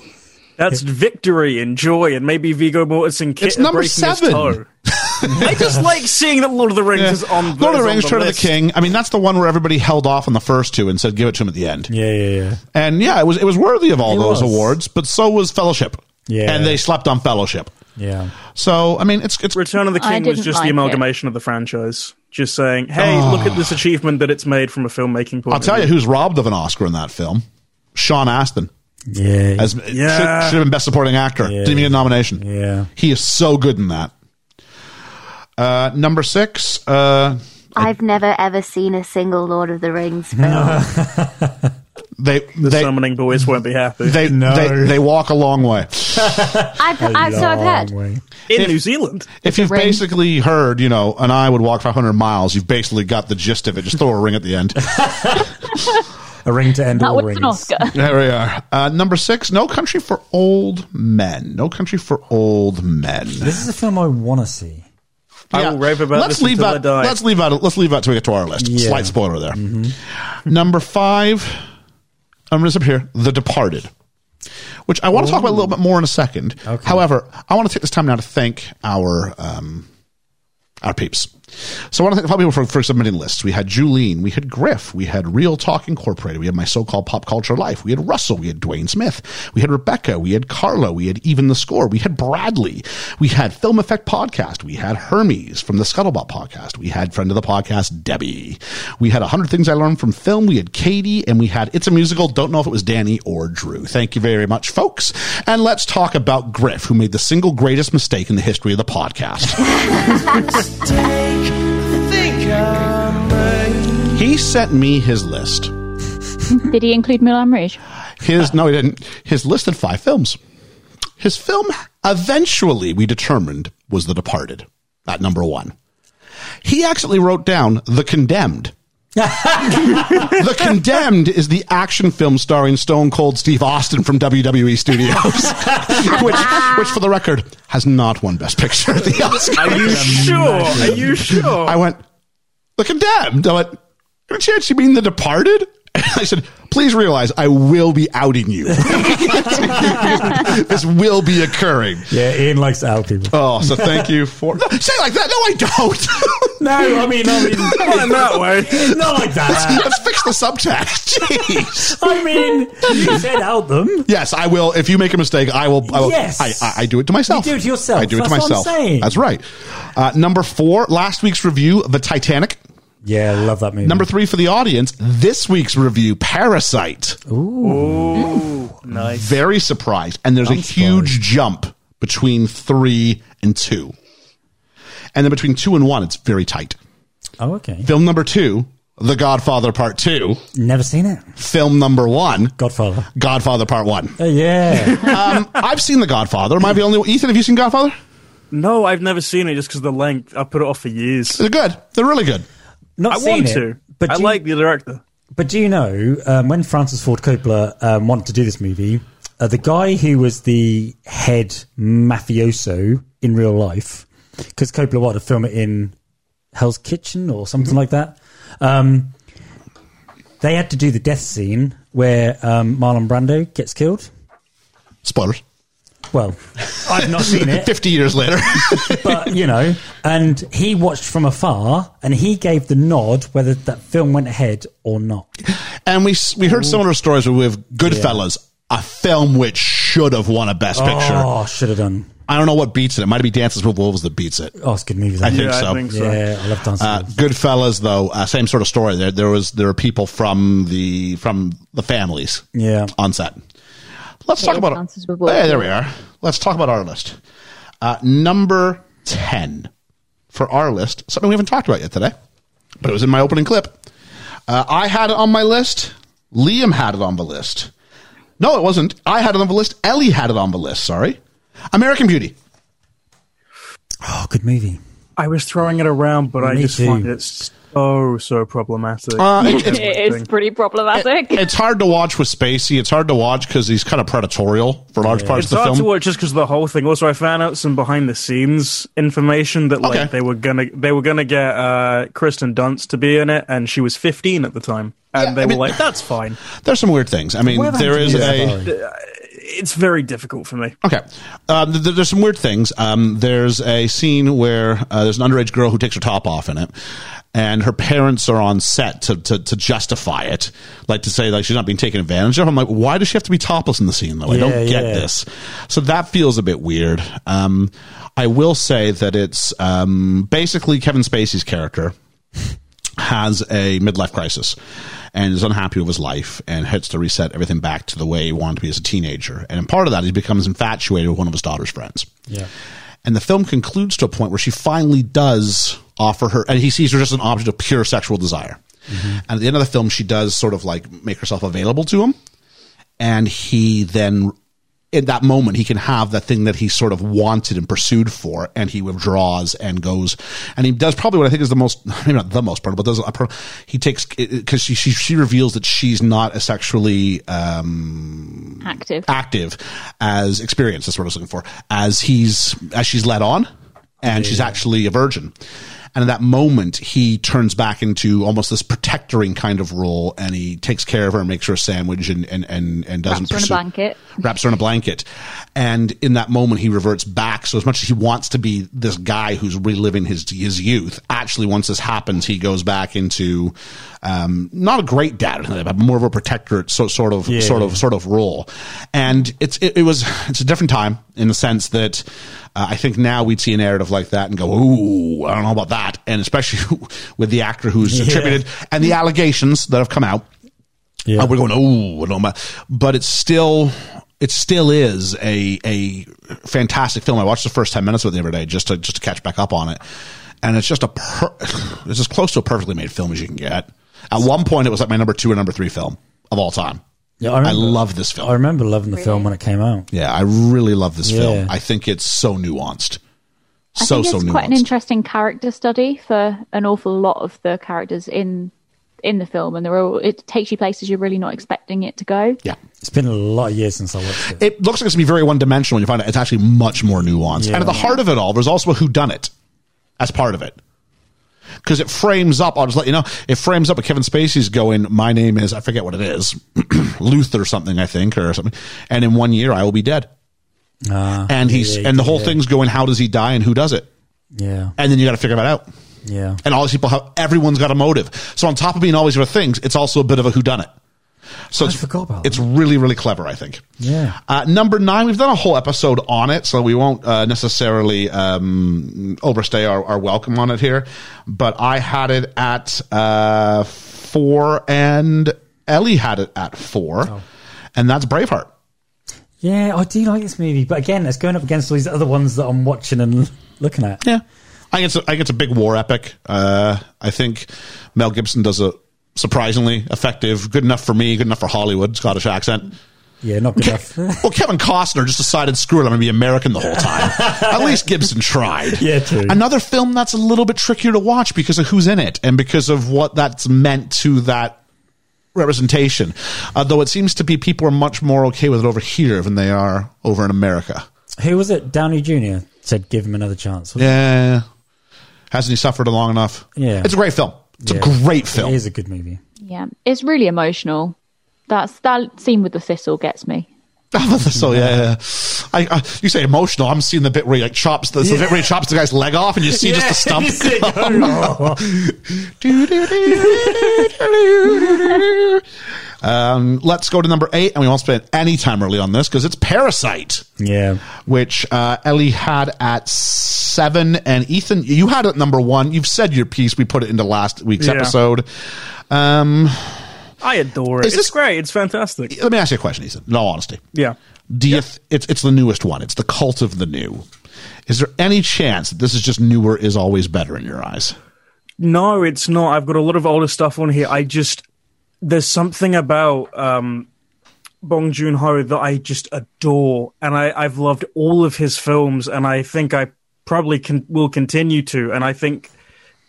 Speaker 12: That's victory and joy, and maybe Vigo Mortensen ki-
Speaker 8: It's number
Speaker 12: breaking his
Speaker 8: seven.
Speaker 12: toe. I just like seeing that Lord of the Rings is on.
Speaker 8: Lord of
Speaker 12: is
Speaker 8: the
Speaker 12: on
Speaker 8: Rings, Return of the
Speaker 12: list.
Speaker 8: King. I mean, that's the one where everybody held off on the first two and said, "Give it to him at the end."
Speaker 10: Yeah, yeah, yeah.
Speaker 8: And yeah, it was it was worthy of all
Speaker 10: It
Speaker 8: those
Speaker 10: was.
Speaker 8: awards, but so was Fellowship.
Speaker 10: Yeah.
Speaker 8: and they slept on Fellowship.
Speaker 10: Yeah.
Speaker 8: So I mean, it's it's
Speaker 12: Return of the
Speaker 5: I
Speaker 12: King was
Speaker 5: didn't
Speaker 12: just
Speaker 5: like
Speaker 12: the
Speaker 5: it.
Speaker 12: amalgamation of the franchise. Just saying, hey,
Speaker 8: Oh.
Speaker 12: look at this achievement that it's made from a filmmaking point.
Speaker 8: I'll tell you who's robbed of an Oscar in that film: Sean Astin.
Speaker 10: Yeah,
Speaker 8: As
Speaker 12: Yeah.
Speaker 8: should, should have been best supporting actor. Didn't even get a nomination.
Speaker 10: Yeah,
Speaker 8: he is so good in that. Uh, number six. Uh,
Speaker 14: I've never ever seen a single Lord of the Rings film.
Speaker 8: they
Speaker 12: the
Speaker 8: they,
Speaker 12: summoning boys won't be happy
Speaker 8: they, they they walk a long way.
Speaker 14: I've, I've, so I've heard.
Speaker 12: in New Zealand.
Speaker 8: If you've
Speaker 14: ring.
Speaker 8: basically heard, you know, an eye would walk 500 miles, you've basically got the gist of it. Just throw a ring at the end.
Speaker 10: A ring to end
Speaker 5: That
Speaker 10: all
Speaker 5: was an
Speaker 10: rings.
Speaker 5: Oscar.
Speaker 8: there we are. Uh, number six, No Country for Old Men. No Country for Old Men.
Speaker 10: This is a film I want to see.
Speaker 12: I will rave about
Speaker 8: let's
Speaker 12: this
Speaker 8: leave
Speaker 12: until
Speaker 8: out.
Speaker 12: I die.
Speaker 8: Let's leave out. Let's leave out till we get to our list.
Speaker 10: Yeah.
Speaker 8: Slight spoiler there.
Speaker 12: Mm-hmm.
Speaker 8: Number five. I'm going to disappear. The Departed, which I want to talk about a little bit more in a second. However, I want to take this time now to thank our um, our peeps. So I want to thank the people for, for submitting lists. We had Julene, we had Griff, we had Real Talk Incorporated, we had My So-Called Pop Culture Life, we had Russell, we had Dwayne Smith, we had Rebecca, we had Carlo, we had Even the Score, we had Bradley, we had Film Effect Podcast, we had Hermes from the Scuttlebutt Podcast, we had friend of the podcast Debbie, we had 100 Things I Learned from Film, we had Katie, and we had It's a Musical. Don't know if it was Danny or Drew. Thank you very much, folks. And let's talk about Griff, who made the single greatest mistake in the history of the podcast. He sent me his list.
Speaker 5: Did he include Moulin Rouge?
Speaker 8: His no, he didn't. His list had five films. His film eventually we determined was The Departed at number one. He actually wrote down The Condemned. the Condemned is the action film starring Stone Cold Steve Austin from WWE Studios, which, which for the record has not won Best Picture at the Oscars.
Speaker 12: Are you sure? Are you sure?
Speaker 8: I went, The Condemned. I went, Any chance you mean The Departed? And I said, Please realize I will be outing you. this will be occurring.
Speaker 10: Yeah, Ian likes out people.
Speaker 8: Oh, so thank you for. No, say it like that. No, I don't.
Speaker 10: No, I mean, I mean,
Speaker 12: Not in that way.
Speaker 10: not like
Speaker 8: let's,
Speaker 10: that.
Speaker 8: let's fix the subtext. Jeez.
Speaker 10: I mean, you said out them.
Speaker 8: Yes, I will. If you make a mistake, I will. I will
Speaker 10: Yes.
Speaker 8: I, I, I do it to myself.
Speaker 10: You do it to yourself.
Speaker 8: I do it
Speaker 10: That's
Speaker 8: to
Speaker 10: what I'm
Speaker 8: myself.
Speaker 10: saying.
Speaker 8: That's right. Uh, number four, last week's review, The Titanic.
Speaker 10: Yeah, I love that movie.
Speaker 8: Number three for the audience, this week's review, Parasite.
Speaker 12: Ooh, nice.
Speaker 8: Very surprised. And there's a huge jump between three and two. And then between two and one, it's very tight.
Speaker 10: Oh, okay.
Speaker 8: Film number two, The Godfather Part Two.
Speaker 10: Never seen it.
Speaker 8: Film number one,
Speaker 10: Godfather.
Speaker 8: Godfather Part One.
Speaker 10: Uh, yeah.
Speaker 8: Um, I've seen The Godfather. Am I the only one? Ethan, have you seen Godfather?
Speaker 12: No, I've never seen it just because the length. I put it off for years.
Speaker 8: They're good. They're really good.
Speaker 10: Not
Speaker 12: I
Speaker 10: seen
Speaker 12: want
Speaker 10: it,
Speaker 12: to,
Speaker 10: But
Speaker 12: I
Speaker 10: do you-
Speaker 12: like the director.
Speaker 10: But do you know um, when Francis Ford Coppola um, wanted to do this movie, uh, the guy who was the head mafioso in real life, because Coppola wanted to film it in Hell's Kitchen or something like that, um, they had to do the death scene where um, Marlon Brando gets killed.
Speaker 8: Spoilers.
Speaker 10: Well, I've not seen it,
Speaker 8: 50 years later.
Speaker 10: but you know, and he watched from afar and he gave the nod whether that film went ahead or not.
Speaker 8: and we s- we heard similar stories with Goodfellas, a film which should have won a Best Picture.
Speaker 10: Oh, should have done.
Speaker 8: I don't know what beats it. It might be Dances with Wolves that beats it.
Speaker 10: Oh, it's a good movie.
Speaker 8: I
Speaker 10: That
Speaker 8: think
Speaker 12: Yeah,
Speaker 8: so.
Speaker 12: I think so.
Speaker 10: Yeah, I love Dancing.
Speaker 8: Uh, Goodfellas, though, uh, same sort of story. There, there was there were people from the from the families
Speaker 10: yeah.
Speaker 8: on set. Let's talk
Speaker 5: Yeah,
Speaker 8: about
Speaker 5: Dances with Wolves.
Speaker 8: Hey, there we are. Let's talk about our list. Uh, number ten for our list, something we haven't talked about yet today, but it was in my opening clip. Uh, I had it on my list. Liam had it on the list. No, it wasn't. I had it on the list. Ellie had it on the list. Sorry, American Beauty.
Speaker 10: Oh, good movie.
Speaker 12: I was throwing it around, but I
Speaker 10: Me
Speaker 12: just
Speaker 10: too.
Speaker 12: find it s- Oh, so problematic.
Speaker 8: Uh, it-
Speaker 5: it is pretty problematic.
Speaker 8: It's hard to watch with Spacey. It's hard to watch because he's kind of predatorial for large parts
Speaker 12: it's
Speaker 8: of the
Speaker 12: hard
Speaker 8: film.
Speaker 12: to watch just because the whole thing. Also, I found out some behind the scenes information that like they were gonna they were gonna get uh, Kristen Dunst to be in it, and she was 15 at the time, and they were like, "That's fine."
Speaker 8: There's some weird things. I mean,
Speaker 12: Whatever
Speaker 8: there
Speaker 12: happened
Speaker 8: is
Speaker 12: to
Speaker 8: a.
Speaker 12: Jessica Biel? It's very difficult for me.
Speaker 8: Okay. Um, th- th- there's some weird things. Um, there's a scene where uh, there's an underage girl who takes her top off in it, and her parents are on set to, to, to justify it, like to say like she's not being taken advantage of. I'm like, why does she have to be topless in the scene though? I don't
Speaker 10: Yeah,
Speaker 8: get
Speaker 10: yeah.
Speaker 8: this. So that feels a bit weird. Um, I will say that it's um, basically Kevin Spacey's character has a midlife crisis and is unhappy with his life and hits to reset everything back to the way he wanted to be as a teenager. And in part of that, he becomes infatuated with one of his daughter's friends.
Speaker 10: Yeah.
Speaker 8: And the film concludes to a point where she finally does offer her, and he sees her just an object of pure sexual desire. And at the end of the film, she does sort of like make herself available to him. And he then, in that moment, he can have that thing that he sort of wanted and pursued for. And he withdraws and goes, and he does probably what I think is the most, maybe not the most part, but does a part, he takes, because she, she, she reveals that she's not a sexually, uh, um,
Speaker 5: Active.
Speaker 8: active as experience. That's what I was looking for. As he's as she's led on, and she's actually a virgin. And in that moment, he turns back into almost this protectoring kind of role, and he takes care of her, and makes her a sandwich, and and and, and doesn't
Speaker 5: Wraps her in a
Speaker 8: pursue-
Speaker 5: blanket.
Speaker 8: wraps her in a blanket. And in that moment, he reverts back. So as much as he wants to be this guy who's reliving his his youth, actually, once this happens, he goes back into um, not a great dad, but more of a protector, so, sort of,
Speaker 10: Yeah,
Speaker 8: sort
Speaker 10: yeah.
Speaker 8: of, sort of role. And it's it, it was it's a different time in the sense that. Uh, I think now we'd see a narrative like that and go, "Ooh, I don't know about that," and especially with the actor who's
Speaker 10: Yeah.
Speaker 8: attributed and the allegations that have come out.
Speaker 10: Yeah.
Speaker 8: Uh, we're going, oh, no, ma-" but it's still, it still is a a fantastic film. I watched the first ten minutes of it the other day just to just to catch back up on it, and it's just a per- it's as close to a perfectly made film as you can get. At one point, it was like my number two and number three film of all time.
Speaker 10: Yeah,
Speaker 8: I,
Speaker 10: remember-
Speaker 8: love this film.
Speaker 10: I remember loving the film when it came out.
Speaker 8: yeah, I really love this
Speaker 10: Yeah.
Speaker 8: film. I think it's so nuanced,
Speaker 5: I
Speaker 8: so
Speaker 5: think
Speaker 8: so
Speaker 5: it's
Speaker 8: nuanced.
Speaker 5: quite an interesting character study for an awful lot of the characters in in the film, and they're all, it takes you places you're really not expecting it to go.
Speaker 8: yeah.
Speaker 10: It's been a lot of years since I watched it.
Speaker 8: It looks like it's gonna be very one dimensional when you find out it's actually much more nuanced.
Speaker 10: Yeah.
Speaker 8: And at the heart of it all, there's also a whodunit as part of it. Because it frames up, I'll just let you know, it frames up what Kevin Spacey's going, My name is, I forget what it is, Luther something, I think, or something. And in one year, I will be dead.
Speaker 10: Ah,
Speaker 8: And
Speaker 10: yeah,
Speaker 8: he's,
Speaker 10: yeah,
Speaker 8: and the whole
Speaker 10: yeah.
Speaker 8: thing's going, How does he die and who does it?
Speaker 10: Yeah.
Speaker 8: And then you got to figure that out.
Speaker 10: Yeah.
Speaker 8: And all these people have, everyone's got a motive. So on top of being all these other things, it's also a bit of a whodunit. So it's,
Speaker 10: forgot about
Speaker 8: it's really, really clever, I think.
Speaker 10: Yeah.
Speaker 8: Uh, number nine, we've done a whole episode on it, so we won't uh, necessarily um, overstay our, our welcome on it here. But I had it at uh, four, and Ellie had it at four, and that's Braveheart.
Speaker 10: Yeah, I do like this movie, but again, it's going up against all these other ones that I'm watching and looking at.
Speaker 8: Yeah, I think it's a, I think it's a big war epic. Uh, I think Mel Gibson does a surprisingly effective, good enough for me, good enough for Hollywood Scottish accent.
Speaker 10: Yeah, not good enough.
Speaker 8: Well, Kevin Costner just decided, screw it, I'm going to be American the whole time. At least Gibson tried.
Speaker 10: Yeah, true.
Speaker 8: Another film that's a little bit trickier to watch because of who's in it and because of what that's meant to that representation. Uh, though it seems to be people are much more okay with it over here than they are over in America.
Speaker 10: Who was it? Downey Jr. said, "Give him another chance." wasn't
Speaker 8: Yeah. Hasn't he suffered long enough?
Speaker 10: Yeah.
Speaker 8: It's a great film. It's
Speaker 10: Yeah.
Speaker 8: a great
Speaker 10: It
Speaker 8: film.
Speaker 10: is a good movie.
Speaker 5: Yeah, it's really emotional. That's that scene with the thistle gets me.
Speaker 8: so yeah, yeah. I, I, you say emotional. I'm seeing the bit where he like chops the, the bit where he chops the guy's leg off, and you see just the stump.
Speaker 10: You see it go, "Oh."
Speaker 8: Um, let's go to number eight, and we won't spend any time early on this because it's Parasite,
Speaker 10: yeah.
Speaker 8: which uh, Ellie had at seven, and Ethan, you had it at number one. You've said your piece. We put it into last week's
Speaker 12: Yeah.
Speaker 8: episode. Um,
Speaker 12: I adore it.
Speaker 8: Is
Speaker 12: It's
Speaker 8: this-
Speaker 12: great. It's fantastic.
Speaker 8: let me ask you a question, Ethan. In all honesty,
Speaker 12: Yeah.
Speaker 8: do you th- it's it's the newest one. It's the cult of the new. Is there any chance that this is just newer is always better in your eyes?
Speaker 12: No, it's not. I've got a lot of older stuff on here. I just there's something about um, Bong Joon Ho that I just adore, and I, I've loved all of his films, and I think I probably can, will continue to. And I think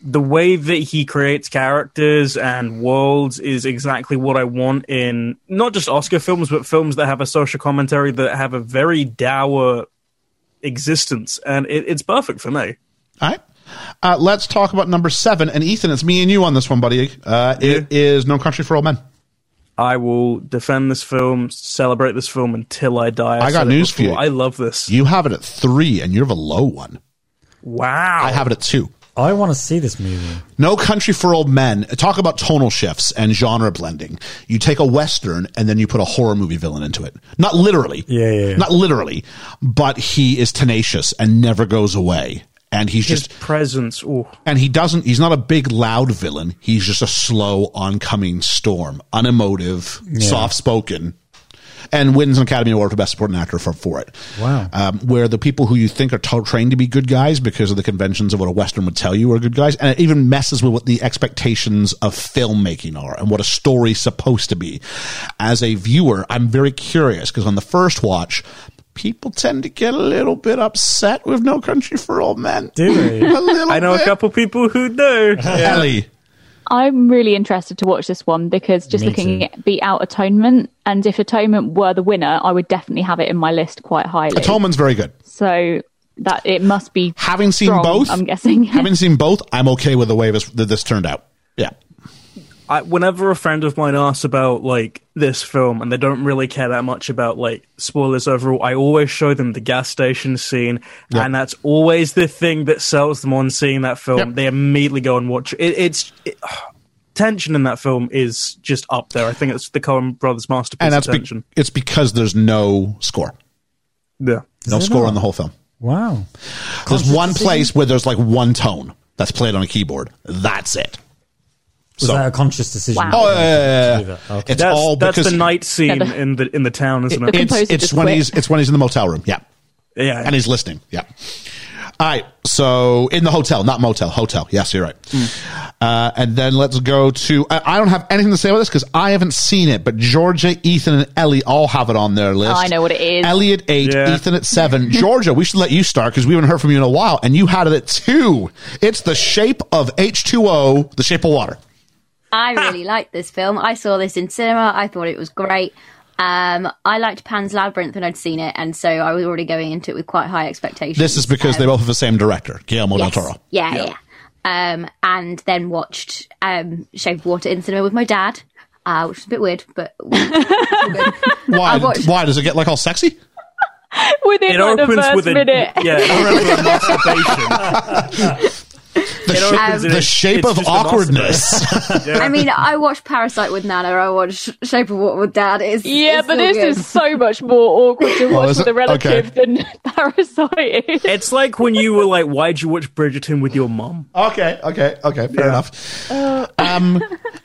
Speaker 12: the way that he creates characters and worlds is exactly what I want in not just Oscar films, but films that have a social commentary that have a very dour existence, and it, it's perfect for me.
Speaker 8: All right. Uh, let's talk about number seven. And Ethan, it's me and you on this one, buddy. Uh, it is No Country for Old Men.
Speaker 12: I will defend this film, celebrate this film until I die.
Speaker 8: I, got
Speaker 12: said it
Speaker 8: news for you.
Speaker 12: before. I love this.
Speaker 8: You have it at three, and you have a low one.
Speaker 12: Wow.
Speaker 10: Oh.
Speaker 8: I have it at two.
Speaker 10: I want to see this movie.
Speaker 8: No Country for Old Men. Talk about tonal shifts and genre blending. You take a Western and then you put a horror movie villain into it. Not literally.
Speaker 10: Yeah, yeah, yeah.
Speaker 8: Not literally, but he is tenacious and never goes away. And he's
Speaker 12: His
Speaker 8: just
Speaker 12: presence. Oh, Ooh.
Speaker 8: and he doesn't he's not a big loud villain he's just a slow oncoming storm unemotive
Speaker 10: Yeah.
Speaker 8: soft-spoken and wins an academy award for best supporting actor for, for it
Speaker 10: Wow.
Speaker 8: um, where the people who you think are t- trained to be good guys because of the conventions of what a western would tell you are good guys and it even messes with what the expectations of filmmaking are and what a story's supposed to be as a viewer i'm very curious because on the first watch people tend to get a little bit upset with no country for old men
Speaker 10: do
Speaker 8: a little
Speaker 12: I know
Speaker 8: bit.
Speaker 12: a couple people who do.
Speaker 8: Ellie.
Speaker 5: I'm really interested to watch this one because just
Speaker 8: Me
Speaker 5: looking
Speaker 8: too.
Speaker 5: at Beat Out Atonement, and if Atonement were the winner, I would definitely have it in my list quite highly.
Speaker 8: Atonement's very good.
Speaker 5: So that it must be.
Speaker 8: Having seen
Speaker 5: strong, Um,
Speaker 8: both,
Speaker 5: I'm guessing.
Speaker 8: having seen both, I'm okay with the way this that this turned out. Yeah,
Speaker 12: I, whenever a friend of mine asks about like this film and they don't really care that much about like spoilers overall, I always show them the gas station scene,
Speaker 8: Yeah.
Speaker 12: and that's always the thing that sells them on seeing that film.
Speaker 8: Yep.
Speaker 12: They immediately go and watch it. it it's it, tension in that film is just up there. I think it's the Coen Brothers masterpiece.
Speaker 8: and that's
Speaker 12: of
Speaker 8: be-
Speaker 12: tension.
Speaker 8: it's because there's no score,
Speaker 12: yeah,
Speaker 8: no
Speaker 12: there
Speaker 8: score
Speaker 12: not?
Speaker 8: on the whole film.
Speaker 10: Wow.
Speaker 8: There's one place where there's like one tone that's played on a keyboard. That's it.
Speaker 10: Was
Speaker 8: So-
Speaker 10: that a conscious decision?
Speaker 8: Oh, yeah, yeah, yeah,
Speaker 10: To do
Speaker 8: yeah.
Speaker 10: that. Okay.
Speaker 8: It's
Speaker 12: Ah. that's,
Speaker 8: all
Speaker 12: that's
Speaker 8: because
Speaker 12: the night scene
Speaker 5: Yeah, the-
Speaker 12: in the in the town, isn't
Speaker 5: The
Speaker 12: it?
Speaker 5: composer
Speaker 8: it's, it's
Speaker 5: just
Speaker 8: when
Speaker 5: quit.
Speaker 8: he's it's when he's in the motel room. Yeah,
Speaker 12: yeah,
Speaker 8: and he's listening. Yeah. All right. So in the hotel, not motel, hotel. Yes, you're right.
Speaker 12: Hmm.
Speaker 8: Uh, and then let's go to. I, I don't have anything to say about this because I haven't seen it, but Georgia, Ethan, and Ellie all have it on their list.
Speaker 5: Oh, I know what it is.
Speaker 8: Ellie at eight,
Speaker 12: Yeah.
Speaker 8: Ethan at seven. Georgia, we should let you start because we haven't heard from you in a while, and you had it at two. It's the shape of H2O, the shape of water.
Speaker 14: I really liked this film. I saw this in cinema. I thought it was great. Um, I liked Pan's Labyrinth when I'd seen it, and so I was already going into it with quite high expectations. Um,
Speaker 8: This is because they both have the same director, Guillermo
Speaker 14: Yes.
Speaker 8: del Toro.
Speaker 14: Yeah, yeah. Um, and then watched um, Shape of Water in cinema with my dad, uh, which was a bit weird, but
Speaker 8: Why?
Speaker 14: watched-
Speaker 8: Why does it get like all sexy?
Speaker 5: Within
Speaker 12: it
Speaker 5: like, the
Speaker 12: opens
Speaker 5: first
Speaker 12: with a
Speaker 5: minute.
Speaker 12: yeah, it opens with a masturbation.
Speaker 8: The,
Speaker 12: It
Speaker 8: shape-
Speaker 12: opens and
Speaker 8: the
Speaker 12: it's-
Speaker 8: shape
Speaker 12: it's
Speaker 8: of
Speaker 12: just a masturbation.
Speaker 8: awkwardness.
Speaker 14: I mean, I watched Parasite with Nana. I watched Shape of Water with Dad. It's,
Speaker 5: Yeah,
Speaker 14: it's
Speaker 5: but
Speaker 14: all
Speaker 5: this
Speaker 14: good.
Speaker 5: is so much more awkward to watch
Speaker 8: is
Speaker 5: with
Speaker 8: it?
Speaker 5: a relative than Parasite is.
Speaker 12: It's like when you were like, "Why'd you watch Bridgerton with your mom?"
Speaker 8: Okay, okay, okay, fair enough.
Speaker 14: Uh,
Speaker 8: Um,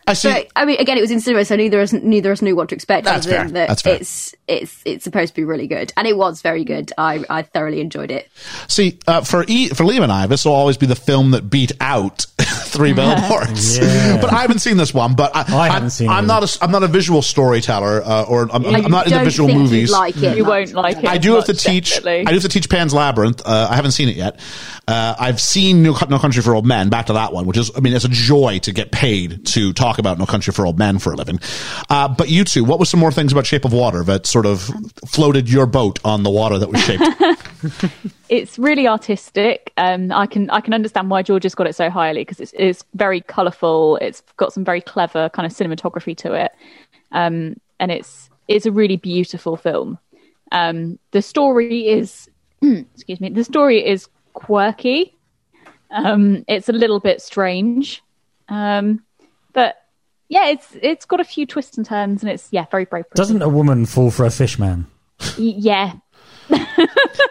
Speaker 8: I see.
Speaker 14: But I mean, again, it was in cinema, so neither us neither of us knew what to expect.
Speaker 8: That's
Speaker 14: other
Speaker 8: fair.
Speaker 14: than that
Speaker 8: That's fair.
Speaker 14: It's it's it's supposed to be really good, and it was very good. I I thoroughly enjoyed it.
Speaker 8: see, uh, for e, for Liam and I, this will always be the film that beat out Three Billboards.
Speaker 10: Yeah.
Speaker 8: But I haven't seen this one. But I,
Speaker 10: I haven't
Speaker 8: I'm-
Speaker 10: seen
Speaker 8: I'm
Speaker 10: it.
Speaker 8: not a, I'm not a visual storyteller, uh, or I'm, I'm
Speaker 14: I
Speaker 8: not into
Speaker 14: don't
Speaker 8: visual
Speaker 14: think you'd
Speaker 8: movies.
Speaker 14: like it.
Speaker 5: You
Speaker 14: much.
Speaker 5: won't like it.
Speaker 8: I do have to
Speaker 5: much,
Speaker 8: teach.
Speaker 5: definitely.
Speaker 8: I do have to teach Pan's Labyrinth. Uh, I haven't seen it yet. Uh, I've seen no, no Country for Old Men. Back to that one, which is, I mean, it's a joy to get paid to talk about No Country for Old Men for a living. Uh, but you two, what was some more things about Shape of Water that sort of floated your boat on the water that was shaped?
Speaker 5: it's really artistic. Um, I can I can understand why George has got it so highly because it's it's very colourful. It's got some very clever kind of cinematography to it, um, and it's it's a really beautiful film. Um, the story is excuse me. The story is quirky. Um, it's a little bit strange, um, but yeah, it's it's got a few twists and turns, and it's yeah, very brave.
Speaker 10: Doesn't a woman fall for a fish man?
Speaker 5: yeah,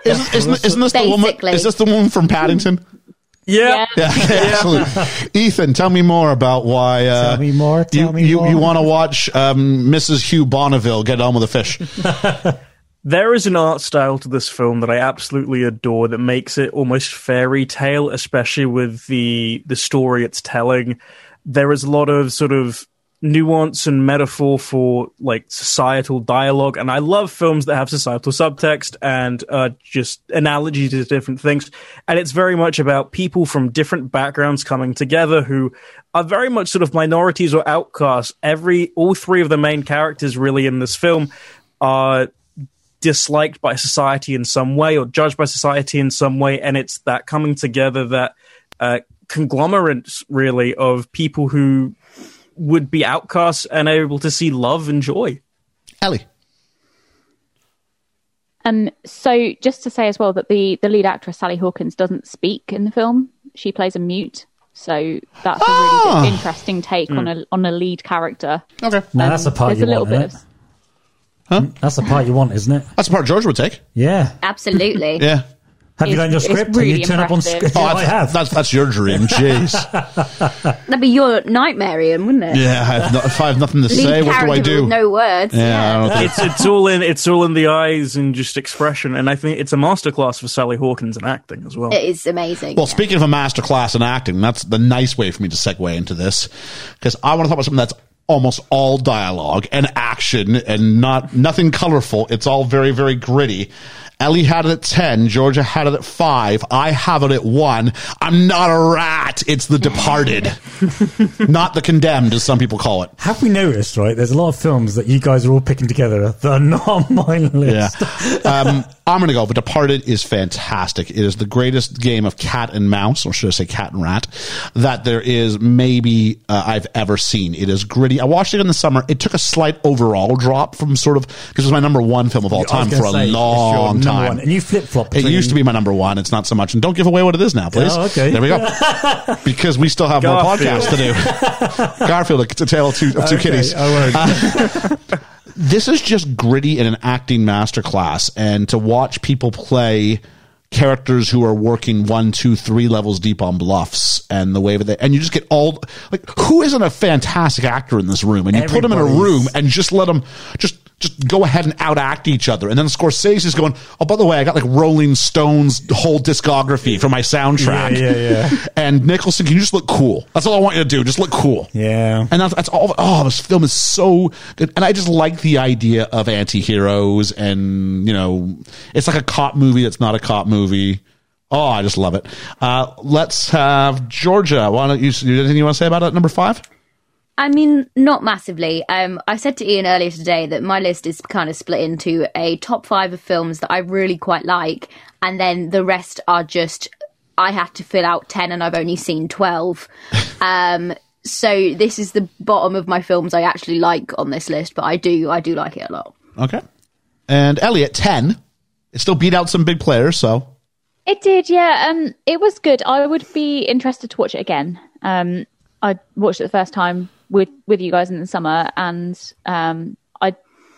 Speaker 8: isn't, isn't, isn't this the woman?
Speaker 14: Basically.
Speaker 8: Is this the woman from Paddington?
Speaker 12: Yeah,
Speaker 8: Yeah, absolutely. Ethan, tell me more about why. Uh,
Speaker 10: Tell me more, tell
Speaker 8: you,
Speaker 10: me
Speaker 8: you,
Speaker 10: more.
Speaker 8: You want to watch um, Mrs. Hugh Bonneville get on with a fish?
Speaker 12: there is an art style to this film that I absolutely adore that makes it almost fairy tale, especially with the the story it's telling. There is a lot of sort of nuance and metaphor for like societal dialogue and i love films that have societal subtext and uh, just analogies to different things and it's very much about people from different backgrounds coming together who are very much sort of minorities or outcasts every all three of the main characters really in this film are disliked by society in some way or judged by society in some way and it's that coming together that uh, conglomerates really of people who would be outcasts and able to see love and joy.
Speaker 8: Ellie.
Speaker 5: Um, so just to say as well that the, the lead actress Sally Hawkins doesn't speak in the film; she plays a mute. So that's a
Speaker 8: Ah!
Speaker 5: really good, interesting take on a on a lead character.
Speaker 8: Okay,
Speaker 10: Now, that's the part
Speaker 5: um, There's
Speaker 10: you
Speaker 5: a little
Speaker 10: want,
Speaker 5: bit
Speaker 10: isn't
Speaker 5: of
Speaker 8: Huh?
Speaker 10: That's the part you want, isn't it?
Speaker 8: That's the part George would take.
Speaker 10: Yeah.
Speaker 14: Absolutely.
Speaker 8: Yeah.
Speaker 10: Have you
Speaker 14: It's-
Speaker 10: done your
Speaker 14: it's
Speaker 10: script? Have you
Speaker 14: really
Speaker 10: turn up on
Speaker 14: impressive.
Speaker 8: Oh,
Speaker 10: script? Yeah, I have.
Speaker 8: That's that's your dream. Jeez.
Speaker 14: That'd be your nightmare, Ian, wouldn't it?
Speaker 8: yeah. I have no, if I have nothing to
Speaker 14: Lead
Speaker 8: say, what do I
Speaker 14: character
Speaker 8: do?
Speaker 14: with no words.
Speaker 8: Yeah, I don't think
Speaker 12: it's it's all in it's all in the eyes and just expression, and I think it's a masterclass for Sally Hawkins in acting as well.
Speaker 14: It is amazing.
Speaker 8: Well, speaking of a master class in acting, that's the nice way for me to segue into this because I want to talk about something that's almost all dialogue and action and not nothing colorful. It's all very very gritty. Ellie had it at ten. Georgia had it at five. I have it at one. I'm not a rat. It's the Departed, not the Condemned, as some people call it.
Speaker 10: Have we noticed, right? There's a lot of films that you guys are all picking together that are not on my list.
Speaker 8: Yeah. Um, I'm going to go, but Departed is fantastic. It is the greatest game of cat and mouse, or should I say cat and rat, that there is maybe uh, I've ever seen. It is gritty. I watched it in the summer. It took a slight overall drop from sort of, because it was my number one film of all
Speaker 10: I was
Speaker 8: time
Speaker 10: gonna
Speaker 8: for a
Speaker 10: say, it's your
Speaker 8: long
Speaker 10: number
Speaker 8: time.
Speaker 10: one. And you flip flop.
Speaker 8: It used to be my number one. It's not so much. And don't give away what it is now, please.
Speaker 10: Oh, okay.
Speaker 8: There we go. because we still have more
Speaker 10: Garfield.
Speaker 8: podcasts to do. Garfield, it's a tale of two, of two
Speaker 10: Okay,
Speaker 8: kitties.
Speaker 10: I won't.
Speaker 8: Uh, this is just gritty and an acting masterclass. And to watch people play characters who are working one, two, three levels deep on bluffs and the way that they, and you just get all, like, who isn't a fantastic actor in this room? And you put them in a
Speaker 10: Everybody's-
Speaker 8: room and just let them just just go ahead and out act each other. And then Scorsese's going, oh, by the way, I got like Rolling Stones whole discography for my soundtrack.
Speaker 10: Yeah, yeah, yeah.
Speaker 8: and Nicholson, can you just look cool? That's all I want you to do. Just look cool.
Speaker 10: Yeah.
Speaker 8: And that's, that's all. Oh, this film is so good. And I just like the idea of anti heroes and, you know, it's like a cop movie that's not a cop movie. Oh, I just love it. Uh, let's have Georgia. Why don't you, anything you want to say about it? Number five?
Speaker 14: I mean, not massively. Um, I said to Ian earlier today that my list is kind of split into a top five of films that I really quite like, and then the rest are just I have to fill out ten, and I've only seen twelve. um, so this is the bottom of my films I actually like on this list, but I do I do like it a lot.
Speaker 8: Okay. And Elliot, 10. It still beat out some big players, so.
Speaker 5: It did, yeah. Um, it was good. I would be interested to watch it again. Um, I watched it the first time with with you guys in the summer, and um, I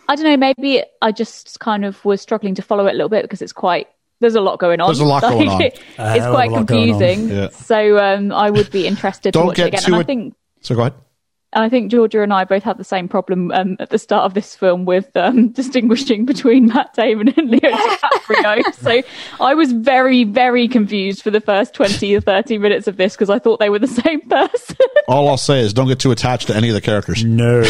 Speaker 5: I don't know. Maybe I just kind of was struggling to follow it a little bit because it's quite. There's a lot going on.
Speaker 8: There's a lot going on.
Speaker 5: it's
Speaker 8: A hell of a
Speaker 5: quite
Speaker 8: lot going on.
Speaker 5: confusing.
Speaker 8: Yeah.
Speaker 5: So um, I would be interested to
Speaker 8: Don't
Speaker 5: watch
Speaker 8: get
Speaker 5: it again.
Speaker 8: too
Speaker 5: and I
Speaker 8: ad-
Speaker 5: think
Speaker 8: So go ahead.
Speaker 5: I think Georgia and I both had the same problem um, at the start of this film with um, distinguishing between Matt Damon and Leo DiCaprio. so I was very, very confused for the first 20 or 30 minutes of this because I thought they were the same person.
Speaker 8: All I'll say is don't get too attached to any of the characters.
Speaker 10: No.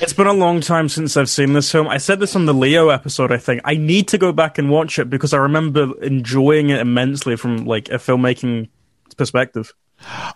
Speaker 12: It's been a long time since I've seen this film. I said this on the Leo episode, I think. I need to go back and watch it because I remember enjoying it immensely from like a filmmaking perspective.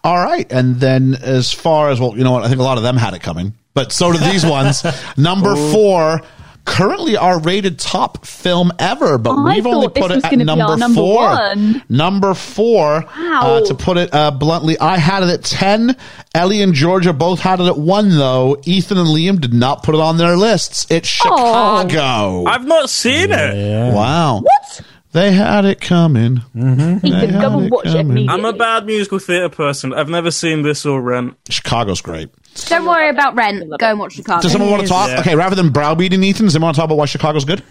Speaker 8: All right. And then as far as, well, you know what? I think a lot of them had it coming, but so did these ones. Number
Speaker 5: Oh.
Speaker 8: four, currently our rated top film ever, but
Speaker 5: I
Speaker 8: we've only
Speaker 5: thought this
Speaker 8: put it
Speaker 5: was
Speaker 8: at
Speaker 5: gonna be
Speaker 8: number,
Speaker 5: our number
Speaker 8: four.
Speaker 5: one.
Speaker 8: Number four,
Speaker 5: Wow.
Speaker 8: uh, to put it uh, bluntly, I had it at 10. Ellie and Georgia both had it at one, though. Ethan and Liam did not put it on their lists. It's
Speaker 12: Oh.
Speaker 8: Chicago.
Speaker 12: I've not seen it.
Speaker 8: Wow. What? They had it coming. Mm-hmm.
Speaker 5: Ethan, go and watch it
Speaker 12: I'm
Speaker 5: immediately.
Speaker 12: a bad musical theater person. I've never seen this or Rent.
Speaker 8: Chicago's great.
Speaker 14: Don't worry about Rent. Go and watch Chicago.
Speaker 8: Does someone want to talk?
Speaker 12: Yeah.
Speaker 8: Okay, rather than browbeating Ethan, does anyone want to talk about why Chicago's good?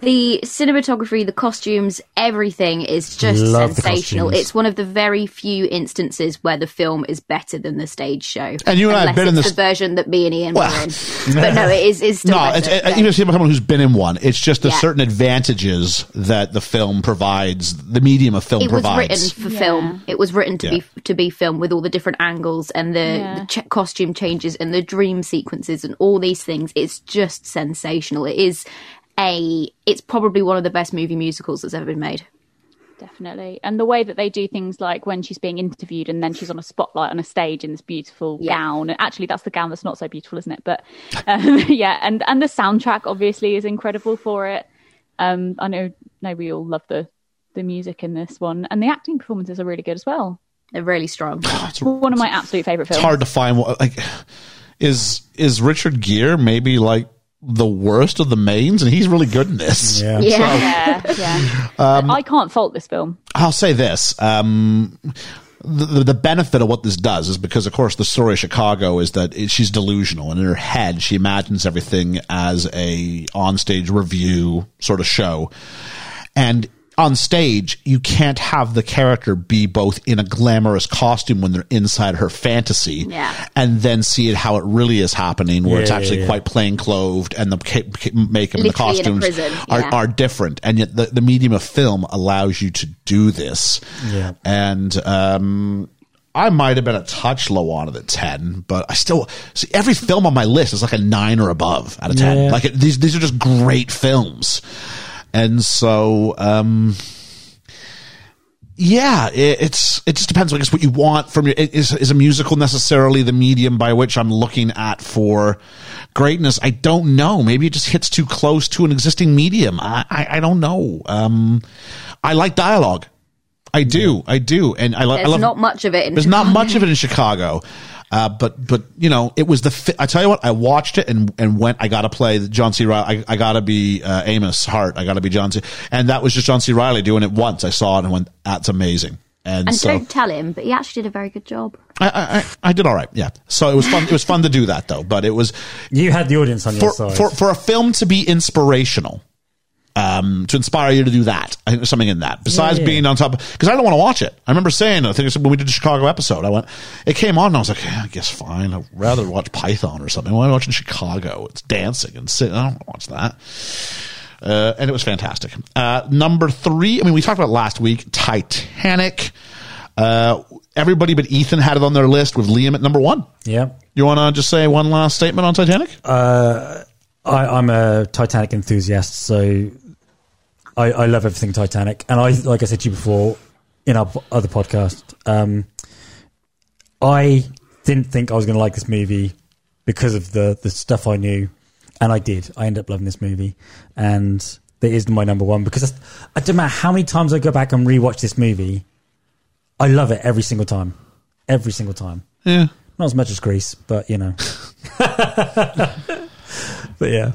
Speaker 14: The cinematography, the costumes, everything is just
Speaker 8: Love the
Speaker 14: sensational.
Speaker 8: costumes.
Speaker 14: It's one of the very few instances where the film is better than the stage show.
Speaker 8: And you and I have
Speaker 14: Unless
Speaker 8: been in
Speaker 14: it's
Speaker 8: this-
Speaker 14: the version that me and Ian were in. But no, it is. It's still
Speaker 8: no,
Speaker 14: better.
Speaker 8: it's, it, even if you're someone who's been in one, it's just the
Speaker 14: Yeah.
Speaker 8: certain advantages that the film provides, the medium of film
Speaker 14: it was
Speaker 8: provides.
Speaker 14: written for film. It was written to
Speaker 8: Yeah.
Speaker 14: be to be film with all the different angles and the, the ch- costume changes and the dream sequences and all these things. It's just sensational. It is a. It's probably one of the best movie musicals that's ever been made.
Speaker 5: Definitely. And the way that they do things like when she's being interviewed and then she's on a spotlight on a stage in this beautiful gown. Actually, that's the gown that's not so beautiful, isn't it? But um, yeah, and, and the soundtrack obviously is incredible for it. Um, I know, know we all love the, the music in this one. And the acting performances are really good as well.
Speaker 14: They're really strong.
Speaker 5: it's one of my absolute favourite
Speaker 8: it's
Speaker 5: films.
Speaker 8: hard to find what like is is Richard Gere maybe like the worst of the mains, and he's really good in this.
Speaker 10: Yeah,
Speaker 5: Yeah. yeah.
Speaker 8: Um,
Speaker 5: I can't fault this film.
Speaker 8: I'll say this. Um, the, the- the benefit of what this does is because, of course, the story of Chicago is that it, she's delusional, and in her head, she imagines everything as a onstage review sort of show. And on stage, you can't have the character be both in a glamorous costume when they're inside her fantasy,
Speaker 16: Yeah.
Speaker 8: and then see it how it really is happening, where it's
Speaker 16: Yeah, yeah,
Speaker 8: actually
Speaker 16: yeah.
Speaker 8: quite plain clothed, and the ca- ca- makeup and
Speaker 16: Literally
Speaker 8: the
Speaker 16: in a
Speaker 8: costumes
Speaker 16: prison,
Speaker 8: are,
Speaker 16: yeah.
Speaker 8: are different, and yet the, the medium of film allows you to do this.
Speaker 10: Yeah.
Speaker 8: And um, I might have been a touch low on it at ten, but I still see every film on my list is like a nine or above out of ten.
Speaker 10: Yeah.
Speaker 8: Like it, these these are just great films, and so. Um, yeah, it, it's it just depends. I guess what you want from your it- is is a musical necessarily the medium by which I'm looking at for greatness. I don't know. Maybe it just hits too close to an existing medium. I I, I don't know. Um, I like dialogue. I do. I do. And I, like. I
Speaker 14: There's
Speaker 8: love
Speaker 14: not much of it. In
Speaker 8: there's not much of it in Chicago. Uh, but but you know it was the fi- I tell you what I watched it and and went I gotta play the John C Riley I, I gotta be uh, Amos Hart I gotta be John C and that was just John C Riley doing it once I saw it and went that's amazing and,
Speaker 14: And
Speaker 8: so
Speaker 14: don't tell him, but he actually did a very good job.
Speaker 8: I, I- I I did all right yeah so it was fun it was fun to do that though but it was
Speaker 10: you had the audience on your
Speaker 8: for
Speaker 10: side.
Speaker 8: for for a film to be inspirational um, to inspire you to do that. I think there's something in that. Besides
Speaker 10: Yeah, yeah.
Speaker 8: being on top, because I don't want to watch it. I remember saying, I think it's when we did the Chicago episode, I went, it came on and I was like, yeah, I guess fine. I'd rather watch Python or something. Why am I watching Chicago? It's dancing and sitting. I don't want to watch that. Uh, and it was fantastic. Uh, number three, I mean, we talked about it last week Titanic. Uh, everybody but Ethan had it on their list with Liam at number one.
Speaker 10: yeah.
Speaker 8: You want to just say one last statement on Titanic?
Speaker 10: Uh, I, I'm a Titanic enthusiast, so I, I love everything Titanic. And I, like I said to you before in our p- other podcast, um, I didn't think I was going to like this movie because of the the stuff I knew, and I did. I ended up loving this movie, and it is my number one because I don't matter how many times I go back and rewatch this movie, I love it every single time, every single time.
Speaker 8: Yeah.
Speaker 10: Not as much as Greece, but you know. but yeah.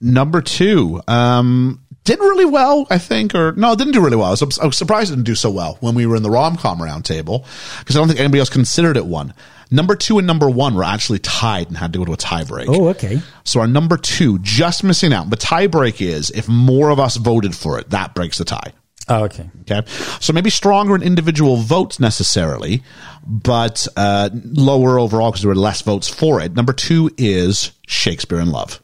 Speaker 8: Number two, um, did really well, I think, or no, it didn't do really well. I was, I was surprised it didn't do so well when we were in the rom com roundtable because I don't think anybody else considered it one. Number two and number one were actually tied and had to go to a tiebreak.
Speaker 10: Oh, okay.
Speaker 8: So our number two, just missing out. The tiebreak is if more of us voted for it, that breaks the tie.
Speaker 10: Oh, okay.
Speaker 8: Okay. So maybe stronger in individual votes necessarily, but uh, lower overall because there were less votes for it. Number two is Shakespeare in Love.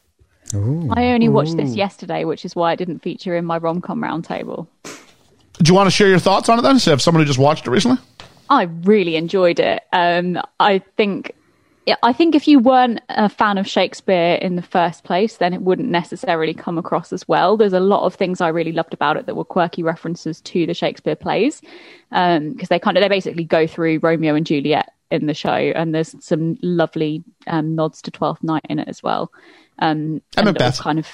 Speaker 5: I only watched this yesterday, which is why it didn't feature in my rom com roundtable.
Speaker 8: Do you want to share your thoughts on it then? So, if someone who just watched it recently,
Speaker 5: I really enjoyed it. Um, I think, yeah, I think if you weren't a fan of Shakespeare in the first place, then it wouldn't necessarily come across as well. There's a lot of things I really loved about it that were quirky references to the Shakespeare plays, because they kind of they basically go through Romeo and Juliet in the show, and there's some lovely um, nods to Twelfth Night in it as well. Um, and
Speaker 8: And
Speaker 5: it was
Speaker 8: Macbeth.
Speaker 5: kind of.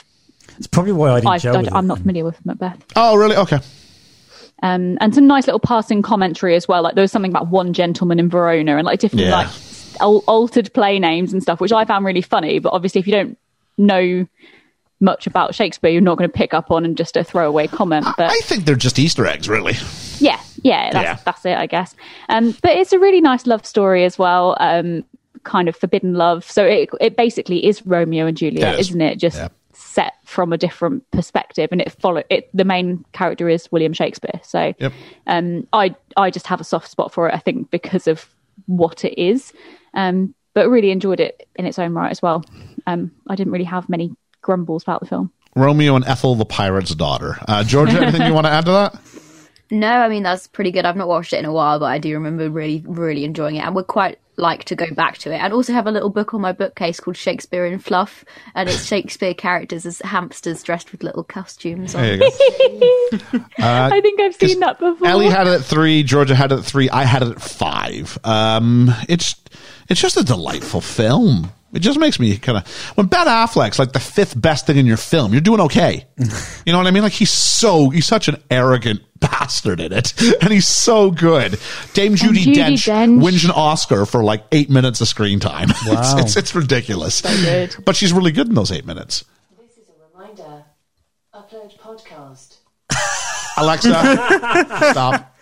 Speaker 10: It's probably why I didn't
Speaker 5: I've-
Speaker 10: gel
Speaker 5: I,
Speaker 10: with it
Speaker 5: I'm not
Speaker 10: then.
Speaker 5: familiar with Macbeth.
Speaker 8: Oh, really? Okay.
Speaker 5: Um, and some nice little passing commentary as well. Like there was something about one gentleman in Verona and like different
Speaker 8: Yeah.
Speaker 5: like al- altered play names and stuff, which I found really funny. But obviously, if you don't know much about Shakespeare, you're not going to pick up on and just a throwaway comment. But
Speaker 8: I think they're just Easter eggs, really.
Speaker 5: yeah, yeah, uh, that's,
Speaker 8: Yeah.
Speaker 5: that's it, I guess. Um, but it's a really nice love story as well. Um, kind of forbidden love. So it it basically is Romeo and Juliet,
Speaker 8: It is.
Speaker 5: is. not it? Just
Speaker 8: Yeah.
Speaker 5: set from a different perspective, and it follow it. The main character is William Shakespeare, so
Speaker 8: Yep.
Speaker 5: um, I I just have a soft spot for it. I think because of what it is, um, but really enjoyed it in its own right as well. Um, I didn't really have many grumbles about the film.
Speaker 8: Romeo and Ethel, the pirate's daughter. Uh, Georgia, anything you want to add to that?
Speaker 14: No, I mean that's pretty good. I've not watched it in a while, but I do remember really, really enjoying it, and would quite like to go back to it. And also have a little book on my bookcase called Shakespeare in Fluff, and it's Shakespeare characters as hamsters dressed with little costumes. On.
Speaker 8: There you Uh,
Speaker 5: I think I've seen that before.
Speaker 8: Ellie had it at three. Georgia had it at three. I had it at five. Um, it's it's just a delightful film. It just makes me kind of when Ben Affleck's like the fifth best thing in your film, you're doing okay. you know what I mean? Like he's so he's such an arrogant bastard in it, and he's so good. Dame Judy,
Speaker 5: Judi
Speaker 8: Dench,
Speaker 5: Dench.
Speaker 8: wins an Oscar for like eight minutes of screen time. it's,
Speaker 10: Wow.
Speaker 8: it's, it's ridiculous, but she's really good in those eight minutes.
Speaker 16: Reminder, upload podcast.
Speaker 8: Alexa, stop.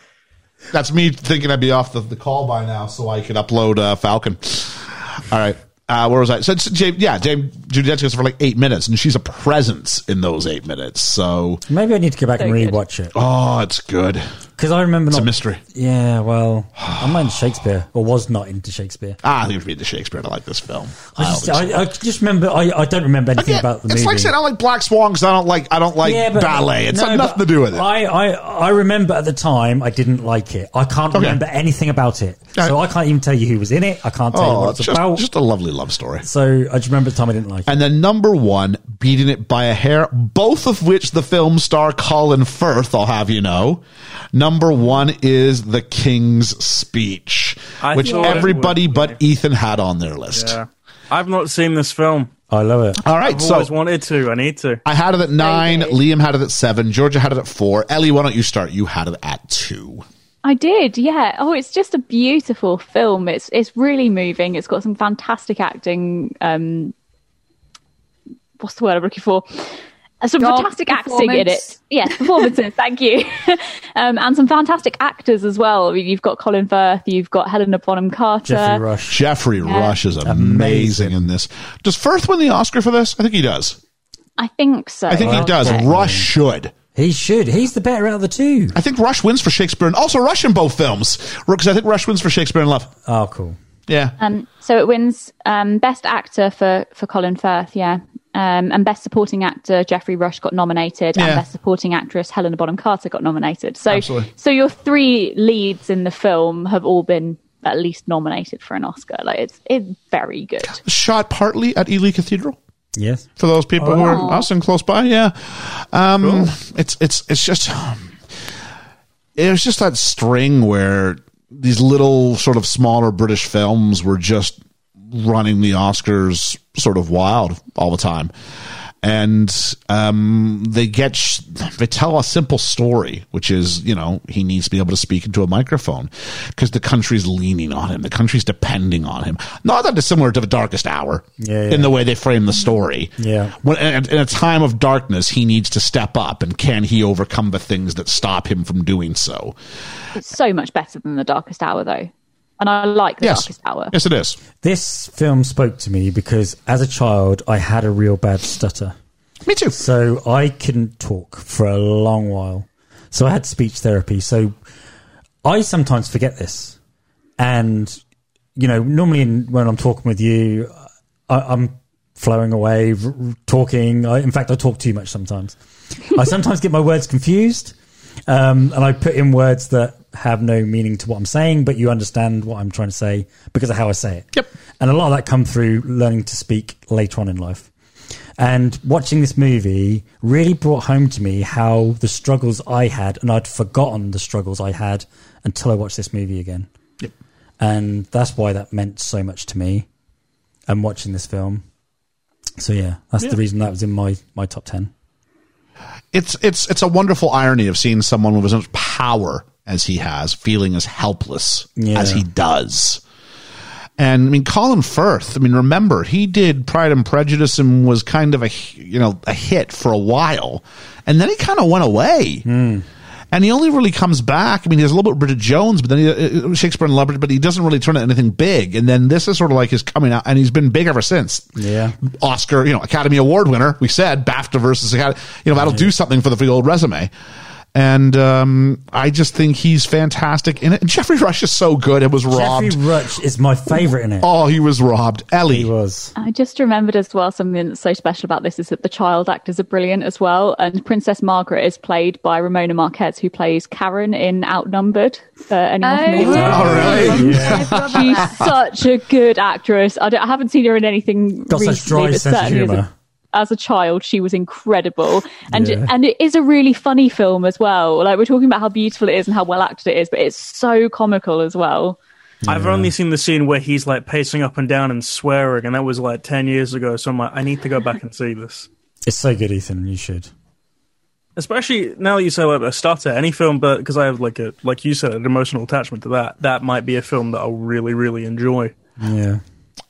Speaker 8: That's me thinking I'd be off the, the call by now, so I could upload uh, Falcon. All right, uh, where was I? So, it's James, yeah, James Judy Dench goes for like eight minutes, and she's a presence in those eight minutes. So,
Speaker 10: Maybe I need to go back and rewatch it.
Speaker 8: oh, it's good.
Speaker 10: Because I remember
Speaker 8: It's a
Speaker 10: not-
Speaker 8: mystery.
Speaker 10: Yeah, well, I'm not into Shakespeare, or was not into Shakespeare.
Speaker 8: Ah, I think read the Shakespeare. I like this film.
Speaker 10: I just,
Speaker 8: don't think so.
Speaker 10: I, I just remember, I, I don't remember anything about the
Speaker 8: it's
Speaker 10: movie.
Speaker 8: like saying I like black swans. I don't like. I don't like
Speaker 10: Yeah, but-
Speaker 8: ballet. It's
Speaker 10: no,
Speaker 8: got nothing to
Speaker 10: but
Speaker 8: do with it.
Speaker 10: I, I, I remember at the time I didn't like it. I can't
Speaker 8: Okay.
Speaker 10: remember anything about it. So I can't even tell you who was in it. I can't tell you
Speaker 8: Oh,
Speaker 10: what
Speaker 8: it's
Speaker 10: it's
Speaker 8: just,
Speaker 10: about.
Speaker 8: just a lovely love story.
Speaker 10: So I just remember the time I didn't like it.
Speaker 8: And then number one, beating it by a hair, both of which the film star Colin Firth, I'll have you know. Number one is The King's Speech,
Speaker 12: I
Speaker 8: which
Speaker 12: thought it
Speaker 8: everybody but Ethan had on their list.
Speaker 12: Yeah. I've not seen this film.
Speaker 10: I love it.
Speaker 8: All right,
Speaker 12: I've
Speaker 8: so
Speaker 12: always wanted to. I need to.
Speaker 8: I had it at nine, Liam had it at seven, Georgia had it at four. Ellie, why don't you start? You had it at two.
Speaker 5: I did, yeah. Oh, it's just a beautiful film. It's it's really moving. It's got some fantastic acting. Um, what's the word I'm looking for? Uh, Some
Speaker 14: Job
Speaker 5: fantastic acting in it.
Speaker 14: performance.
Speaker 5: Yes, performances. thank you. um, and some fantastic actors as well. I mean, you've got Colin Firth. You've got Helena Bonham Carter.
Speaker 10: Rush.
Speaker 8: Jeffrey
Speaker 5: Yeah.
Speaker 8: Rush is amazing, in this. Does Firth win the Oscar for this? I think he does.
Speaker 5: I think so.
Speaker 8: I think he does. Rush should.
Speaker 10: He should. He's the better out of the two.
Speaker 8: I think Rush wins for Shakespeare and also Rush in both films because I think Rush wins for Shakespeare in Love.
Speaker 10: Oh, cool.
Speaker 8: Yeah.
Speaker 5: Um, so it wins um, best actor for for Colin Firth, yeah, um, and best supporting actor Jeffrey Rush got nominated,
Speaker 8: Yeah.
Speaker 5: and best supporting actress Helena Bonham Carter got nominated. So,
Speaker 8: Absolutely.
Speaker 5: so your three leads in the film have all been at least nominated for an Oscar. Like it's it's very good.
Speaker 8: shot partly at Ely Cathedral.
Speaker 10: Yes.
Speaker 8: For those people who
Speaker 5: Oh.
Speaker 8: are us and close by, yeah. Um, It's it's it's just it was just that string where these little sort of smaller British films were just running the Oscars sort of wild all the time, and um, they get sh- they tell a simple story, which is you know he needs to be able to speak into a microphone because the country's leaning on him, the country's depending on him. Not that dissimilar to the Darkest Hour
Speaker 10: Yeah, yeah.
Speaker 8: in the way they frame the story.
Speaker 10: Yeah.
Speaker 8: When, in, in a time of darkness, he needs to step up, and can he overcome the things that stop him from doing so?
Speaker 5: It's so much better than the Darkest Hour, though, and I like the
Speaker 8: Yes.
Speaker 5: Darkest Hour.
Speaker 8: Yes, it is.
Speaker 10: This film spoke to me because as a child, I had a real bad stutter.
Speaker 8: Me too.
Speaker 10: So I couldn't talk for a long while. So I had speech therapy. So I sometimes forget this. And, you know, normally in, when I'm talking with you, I, I'm flowing away, r- r- talking. I, in fact, I talk too much sometimes. I sometimes get my words confused. Um, and I put in words that have no meaning to what I'm saying, but you understand what I'm trying to say because of how I say it. Yep. And a lot of that come through learning to speak later on in life. And watching this movie really brought home to me how the struggles I had, and I'd forgotten the struggles I had until I watched this movie again.
Speaker 8: Yep.
Speaker 10: And that's why that meant so much to me. And watching this film. So yeah, that's
Speaker 8: Yeah.
Speaker 10: the reason that was in my, my top ten.
Speaker 8: It's it's it's a wonderful irony of seeing someone with as much power as he has, feeling as helpless
Speaker 10: Yeah.
Speaker 8: as he does. And I mean, Colin Firth. I mean, remember he did Pride and Prejudice and was
Speaker 10: Hmm.
Speaker 8: kind of a you know a hit for a while, and then he kind of went away. And he only really comes back. I mean, he has a little bit of Bridget Jones, but then he, uh, Shakespeare and Lubbert, but he doesn't really turn out anything big. And then this is sort of like his coming out, and he's been big ever since.
Speaker 10: Yeah.
Speaker 8: Oscar, you know, Academy Award winner. We said BAFTA versus Academy. You know, that'll do something for the, for the old resume. And um, I just think he's fantastic in it. And Jeffrey Rush is so good. It was robbed.
Speaker 10: Jeffrey Rush is my favorite in it.
Speaker 8: Oh, he was robbed. Ellie. He
Speaker 10: was.
Speaker 5: I just remembered as well something that's so special about this is that the child actors are brilliant as well. And Princess Margaret is played by Ramona Marquez, who plays Karen in Outnumbered. Uh, anyone
Speaker 14: Oh,
Speaker 5: familiar with
Speaker 14: yeah.
Speaker 5: that?
Speaker 8: Oh, really? Yeah. I
Speaker 5: She's such a good actress. I, don't- I haven't seen her in anything
Speaker 10: Got
Speaker 5: recently,
Speaker 10: such dry
Speaker 5: but
Speaker 10: sense of
Speaker 5: certainly as a-
Speaker 10: humor.
Speaker 5: as a child she was incredible and
Speaker 10: Yeah.
Speaker 5: and it is a really funny film as well like we're talking about how beautiful it is and how well acted it is but it's so comical as well
Speaker 12: I've only seen the scene where he's like pacing up and down and swearing, and that was like ten years ago. So I'm like, I need to go back and see this.
Speaker 10: It's so good, Ethan. You should.
Speaker 12: Especially now that you say like a starter, any film, but because I have like a like you said an emotional attachment to that, that might be a film that I'll really really enjoy.
Speaker 10: Yeah.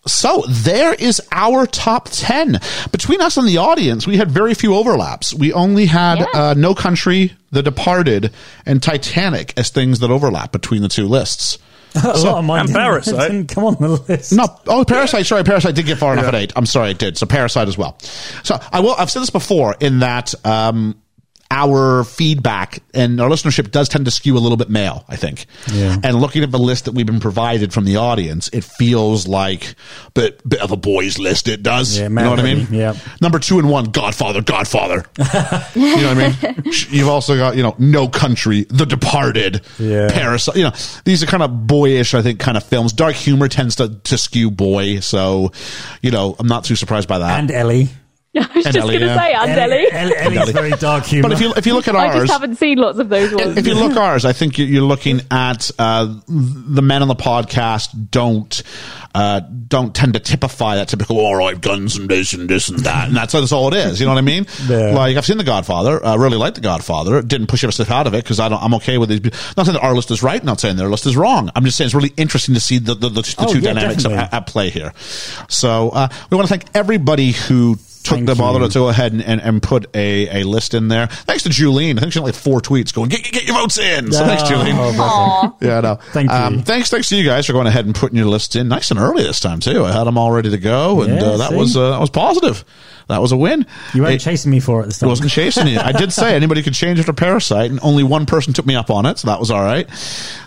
Speaker 8: So there is our top 10. Between us and the audience, we had very few overlaps. We only had uh, No Country, The Departed, and Titanic as things that overlap between the two lists.
Speaker 10: a lot of mine
Speaker 12: and
Speaker 10: didn't-
Speaker 12: Parasite.
Speaker 10: didn't come on the list.
Speaker 8: No, oh, Parasite. Sorry, Parasite did get far enough at eight. I'm sorry, it did. So Parasite as well. So I will. I've said this before in that um, our feedback and our listenership does tend to skew a little bit male. I think.
Speaker 10: Yeah.
Speaker 8: And looking at the list that we've been provided from the audience, it feels like a bit, bit of a boys' list. It does.
Speaker 10: Yeah,
Speaker 8: you know what I mean?
Speaker 10: manly, yeah.
Speaker 8: Number two and one, Godfather, Godfather. you know what I mean? You've also got you know No Country, The Departed,
Speaker 10: Yeah.
Speaker 8: Parasite. You know, these are kind of boyish, I think, kind of films. Dark humor tends to, to skew boy, so you know, I'm not too surprised by that.
Speaker 10: And Ellie.
Speaker 5: i was
Speaker 8: And
Speaker 5: just
Speaker 8: Ellie,
Speaker 5: going to
Speaker 8: yeah.
Speaker 5: say and ellie
Speaker 10: Ellie- Ellie's very dark humor.
Speaker 8: but if you if you look at
Speaker 5: i
Speaker 8: ours,
Speaker 5: just haven't seen lots of those ones
Speaker 8: if you look ours, I think you- you're looking at uh, the men on the podcast don't uh, don't tend to typify that typical "Oh, all right guns and this and this and that, and that's that's all it is. You know what I mean?
Speaker 10: Yeah.
Speaker 8: Like I've seen The Godfather, I really like The Godfather. Didn't push yourself out of it because I don't. I'm okay with these. Not saying that our list is right, not saying their list is wrong. I'm just saying it's really interesting to see the the, the, the
Speaker 10: Oh,
Speaker 8: two
Speaker 10: yeah,
Speaker 8: dynamics at,
Speaker 10: definitely.
Speaker 8: at play here. So uh, we want to thank everybody who. Took
Speaker 10: Thank
Speaker 8: the bother
Speaker 10: you.
Speaker 8: to go ahead and, and, and put a, a list in there. Thanks to Julene. I think she had like four tweets going, get, get, get your votes in. So thanks, Julene.
Speaker 10: Oh, bless her.
Speaker 5: Aw.
Speaker 8: Yeah, no.
Speaker 10: Thank you.
Speaker 8: thanks, thanks to you guys for going ahead and putting your lists in nice and early this time too. I had them all ready to go, and
Speaker 10: Yeah,
Speaker 8: uh, that
Speaker 10: see?
Speaker 8: was uh, that was positive. That was a win.
Speaker 10: You weren't
Speaker 8: It-
Speaker 10: chasing me for it this
Speaker 8: I
Speaker 10: time.
Speaker 8: wasn't chasing you. I did say anybody could change after Parasite, and only one person took me up on it, so that was all right.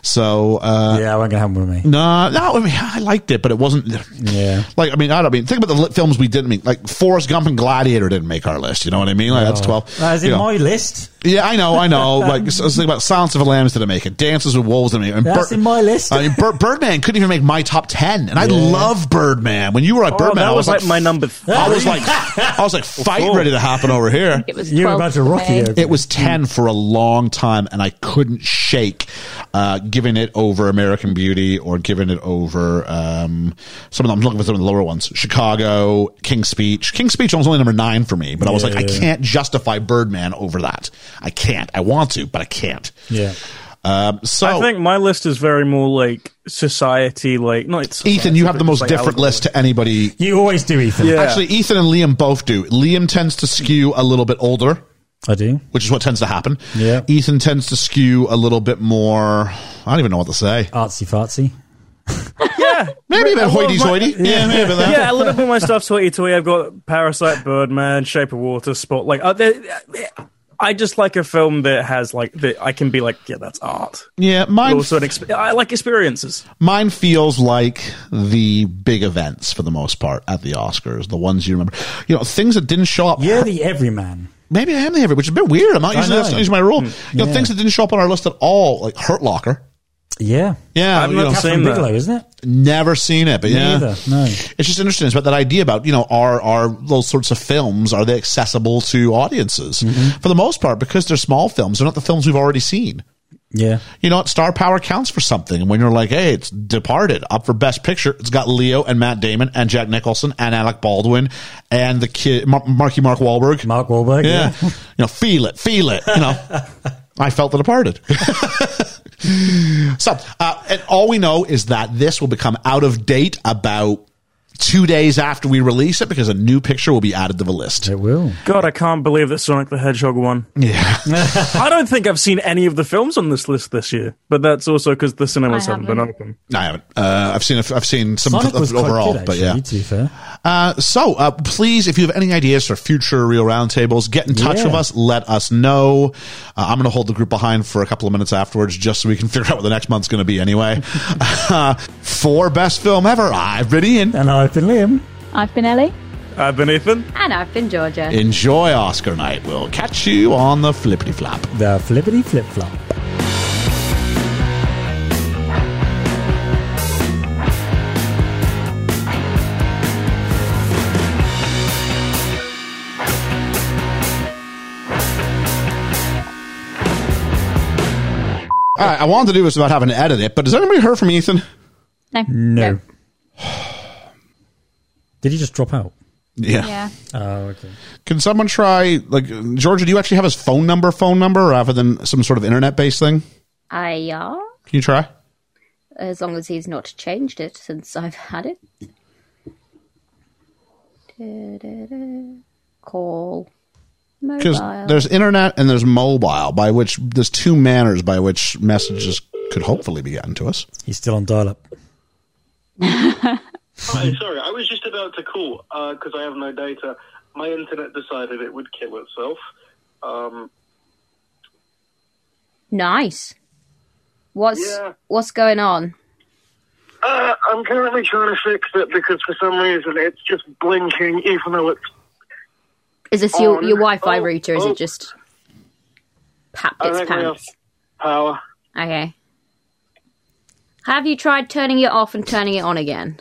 Speaker 8: So uh,
Speaker 10: yeah, I won't get home with me.
Speaker 8: no, no, I mean I liked it, but it wasn't.
Speaker 10: Yeah.
Speaker 8: Like I mean, I don't mean. Think about the li- films we didn't mean. Like Forrest Gump and Gladiator didn't make our list. You know what I mean? Like that's twelve.
Speaker 10: Uh, is
Speaker 8: you
Speaker 10: it
Speaker 8: know.
Speaker 10: my list?
Speaker 8: Yeah, I know, I know. Like, so, think about Silence of the Lambs didn't make it. Dances with Wolves didn't make it. And
Speaker 10: That's in my list.
Speaker 8: I mean, Bir- Birdman couldn't even make my top ten, and I love Birdman. When you were at
Speaker 12: Oh,
Speaker 8: Birdman,
Speaker 12: that
Speaker 8: I was, like,
Speaker 12: my number. Th-
Speaker 8: I was like, I was like, fight ready to happen over here.
Speaker 5: it was
Speaker 10: You were
Speaker 5: 12
Speaker 10: about to rock
Speaker 5: May.
Speaker 10: it.
Speaker 8: It was ten for a long time, and I couldn't shake uh, giving it over American Beauty or giving it over um, some of them. I'm looking for some of the lower ones: Chicago, King's Speech. King's Speech was only number nine for me, but I was
Speaker 10: Yeah,
Speaker 8: like, I
Speaker 10: yeah.
Speaker 8: can't justify Birdman over that. I can't. I want to, but I can't.
Speaker 10: Yeah.
Speaker 8: Um, so.
Speaker 12: I think my list is very more like society, like not it's
Speaker 8: Ethan, you have the most
Speaker 12: like
Speaker 8: different
Speaker 12: allegory.
Speaker 8: list to anybody.
Speaker 10: You always do, Ethan.
Speaker 12: Yeah.
Speaker 8: Actually, Ethan and Liam both do. Liam tends to skew a little bit older.
Speaker 10: I do.
Speaker 8: which is what tends to happen.
Speaker 10: Yeah.
Speaker 8: Ethan tends to skew a little bit more. I don't even know what to say.
Speaker 10: Artsy fartsy.
Speaker 12: yeah,
Speaker 8: Maybe a bit
Speaker 12: Well,
Speaker 8: hoity toity.
Speaker 12: my-
Speaker 8: Yeah, maybe that.
Speaker 12: yeah, a little bit of my stuff's hoity toity. I've got Parasite, Birdman, Shape of Water, Spot. Like, uh, there- I just like a film that has like that I can be like, yeah, that's art.
Speaker 8: Yeah,
Speaker 12: But
Speaker 8: mine,
Speaker 12: Also, an exp- I like experiences.
Speaker 8: mine feels like the big events for the most part at the Oscars, the ones you remember. You know, things that didn't show up.
Speaker 10: You're the everyman.
Speaker 8: Maybe I am the favorite, which is a bit weird. I'm not
Speaker 10: I
Speaker 8: usually, that's
Speaker 10: know. Mm.
Speaker 8: not usually my rule. You know,
Speaker 10: Yeah.
Speaker 8: things that didn't show up on our list at all, like Hurt Locker.
Speaker 10: Yeah. uh,
Speaker 8: Yeah,
Speaker 12: I've
Speaker 8: you
Speaker 12: not
Speaker 8: know,
Speaker 12: seen
Speaker 10: Catherine
Speaker 12: that.
Speaker 10: Bigelow, isn't it?
Speaker 8: never seen it, but
Speaker 10: Me
Speaker 8: yeah,
Speaker 10: either, no.
Speaker 8: it's just interesting. It's about that idea about you know are are those sorts of films are they accessible to audiences for the most part because they're small films. They're not the films we've already seen.
Speaker 10: Yeah.
Speaker 8: You know, star power counts for something. And when you're like, hey, it's Departed up for Best Picture, it's got Leo and Matt Damon and Jack Nicholson and Alec Baldwin and the kid Mar- Marky Mark Wahlberg.
Speaker 10: Mark Wahlberg.
Speaker 8: yeah, you
Speaker 10: Yeah.
Speaker 8: know, feel it, feel it. You know, I felt The Departed. So, uh, and all we know is that this will become out of date about two days after we release it because a new picture will be added to the list. It
Speaker 10: will.
Speaker 12: God, I can't believe that Sonic the Hedgehog won.
Speaker 8: Yeah.
Speaker 12: I don't think I've seen any of the films on this list this year, but that's also because the cinemas
Speaker 8: I
Speaker 12: haven't. been
Speaker 8: haven't.
Speaker 12: open.
Speaker 8: I haven't. Uh, I've seen. A, f- I've seen some
Speaker 10: Sonic
Speaker 8: of
Speaker 10: was
Speaker 8: it
Speaker 10: quite
Speaker 8: overall,
Speaker 10: good,
Speaker 8: but yeah.
Speaker 10: actually, To be fair,
Speaker 8: Uh, so uh, please, if you have any ideas for future Real Roundtables, get in touch
Speaker 10: Yeah.
Speaker 8: with us. Let us know. Uh, I'm going to hold the group behind for a couple of minutes afterwards, just so we can figure out what the next month's going to be. Anyway, uh, for best film ever, I've been Ian,
Speaker 10: and I've been Liam.
Speaker 5: I've been Ellie.
Speaker 12: I've been Ethan.
Speaker 14: And I've been Georgia.
Speaker 8: Enjoy Oscar night. We'll catch you on the flippity flop.
Speaker 10: The flippity flip flop.
Speaker 8: All right, I wanted to do this without having to edit it, but has anybody heard from Ethan?
Speaker 5: No.
Speaker 10: No. Did he just drop out?
Speaker 8: Yeah.
Speaker 10: Oh, okay.
Speaker 8: Can someone try like Georgia? Do you actually have his phone number? Phone number rather than some sort of internet based thing?
Speaker 14: I are,
Speaker 8: Can you try?
Speaker 14: as long as he's not changed it since I've had it. Da-da-da. Call.
Speaker 8: Because
Speaker 14: Mobile.
Speaker 8: there's internet and there's mobile, by which there's two manners by which messages could hopefully be gotten to us.
Speaker 10: He's still on dial up.
Speaker 17: Hi, sorry, I was just about to call because I have no data. My internet decided it would kill itself. Um,
Speaker 14: Nice. What's
Speaker 17: Yeah.
Speaker 14: what's going on?
Speaker 17: uh, I'm currently trying to fix it because for some reason it's just blinking, even though it's.
Speaker 14: Is this your,
Speaker 17: On.
Speaker 14: your Wi-Fi
Speaker 17: Oh,
Speaker 14: router? Is
Speaker 17: oh.
Speaker 14: it just papped
Speaker 17: I
Speaker 14: its
Speaker 17: think we have
Speaker 14: pants?
Speaker 17: power.
Speaker 14: Okay. Have you tried turning it off and turning it on again?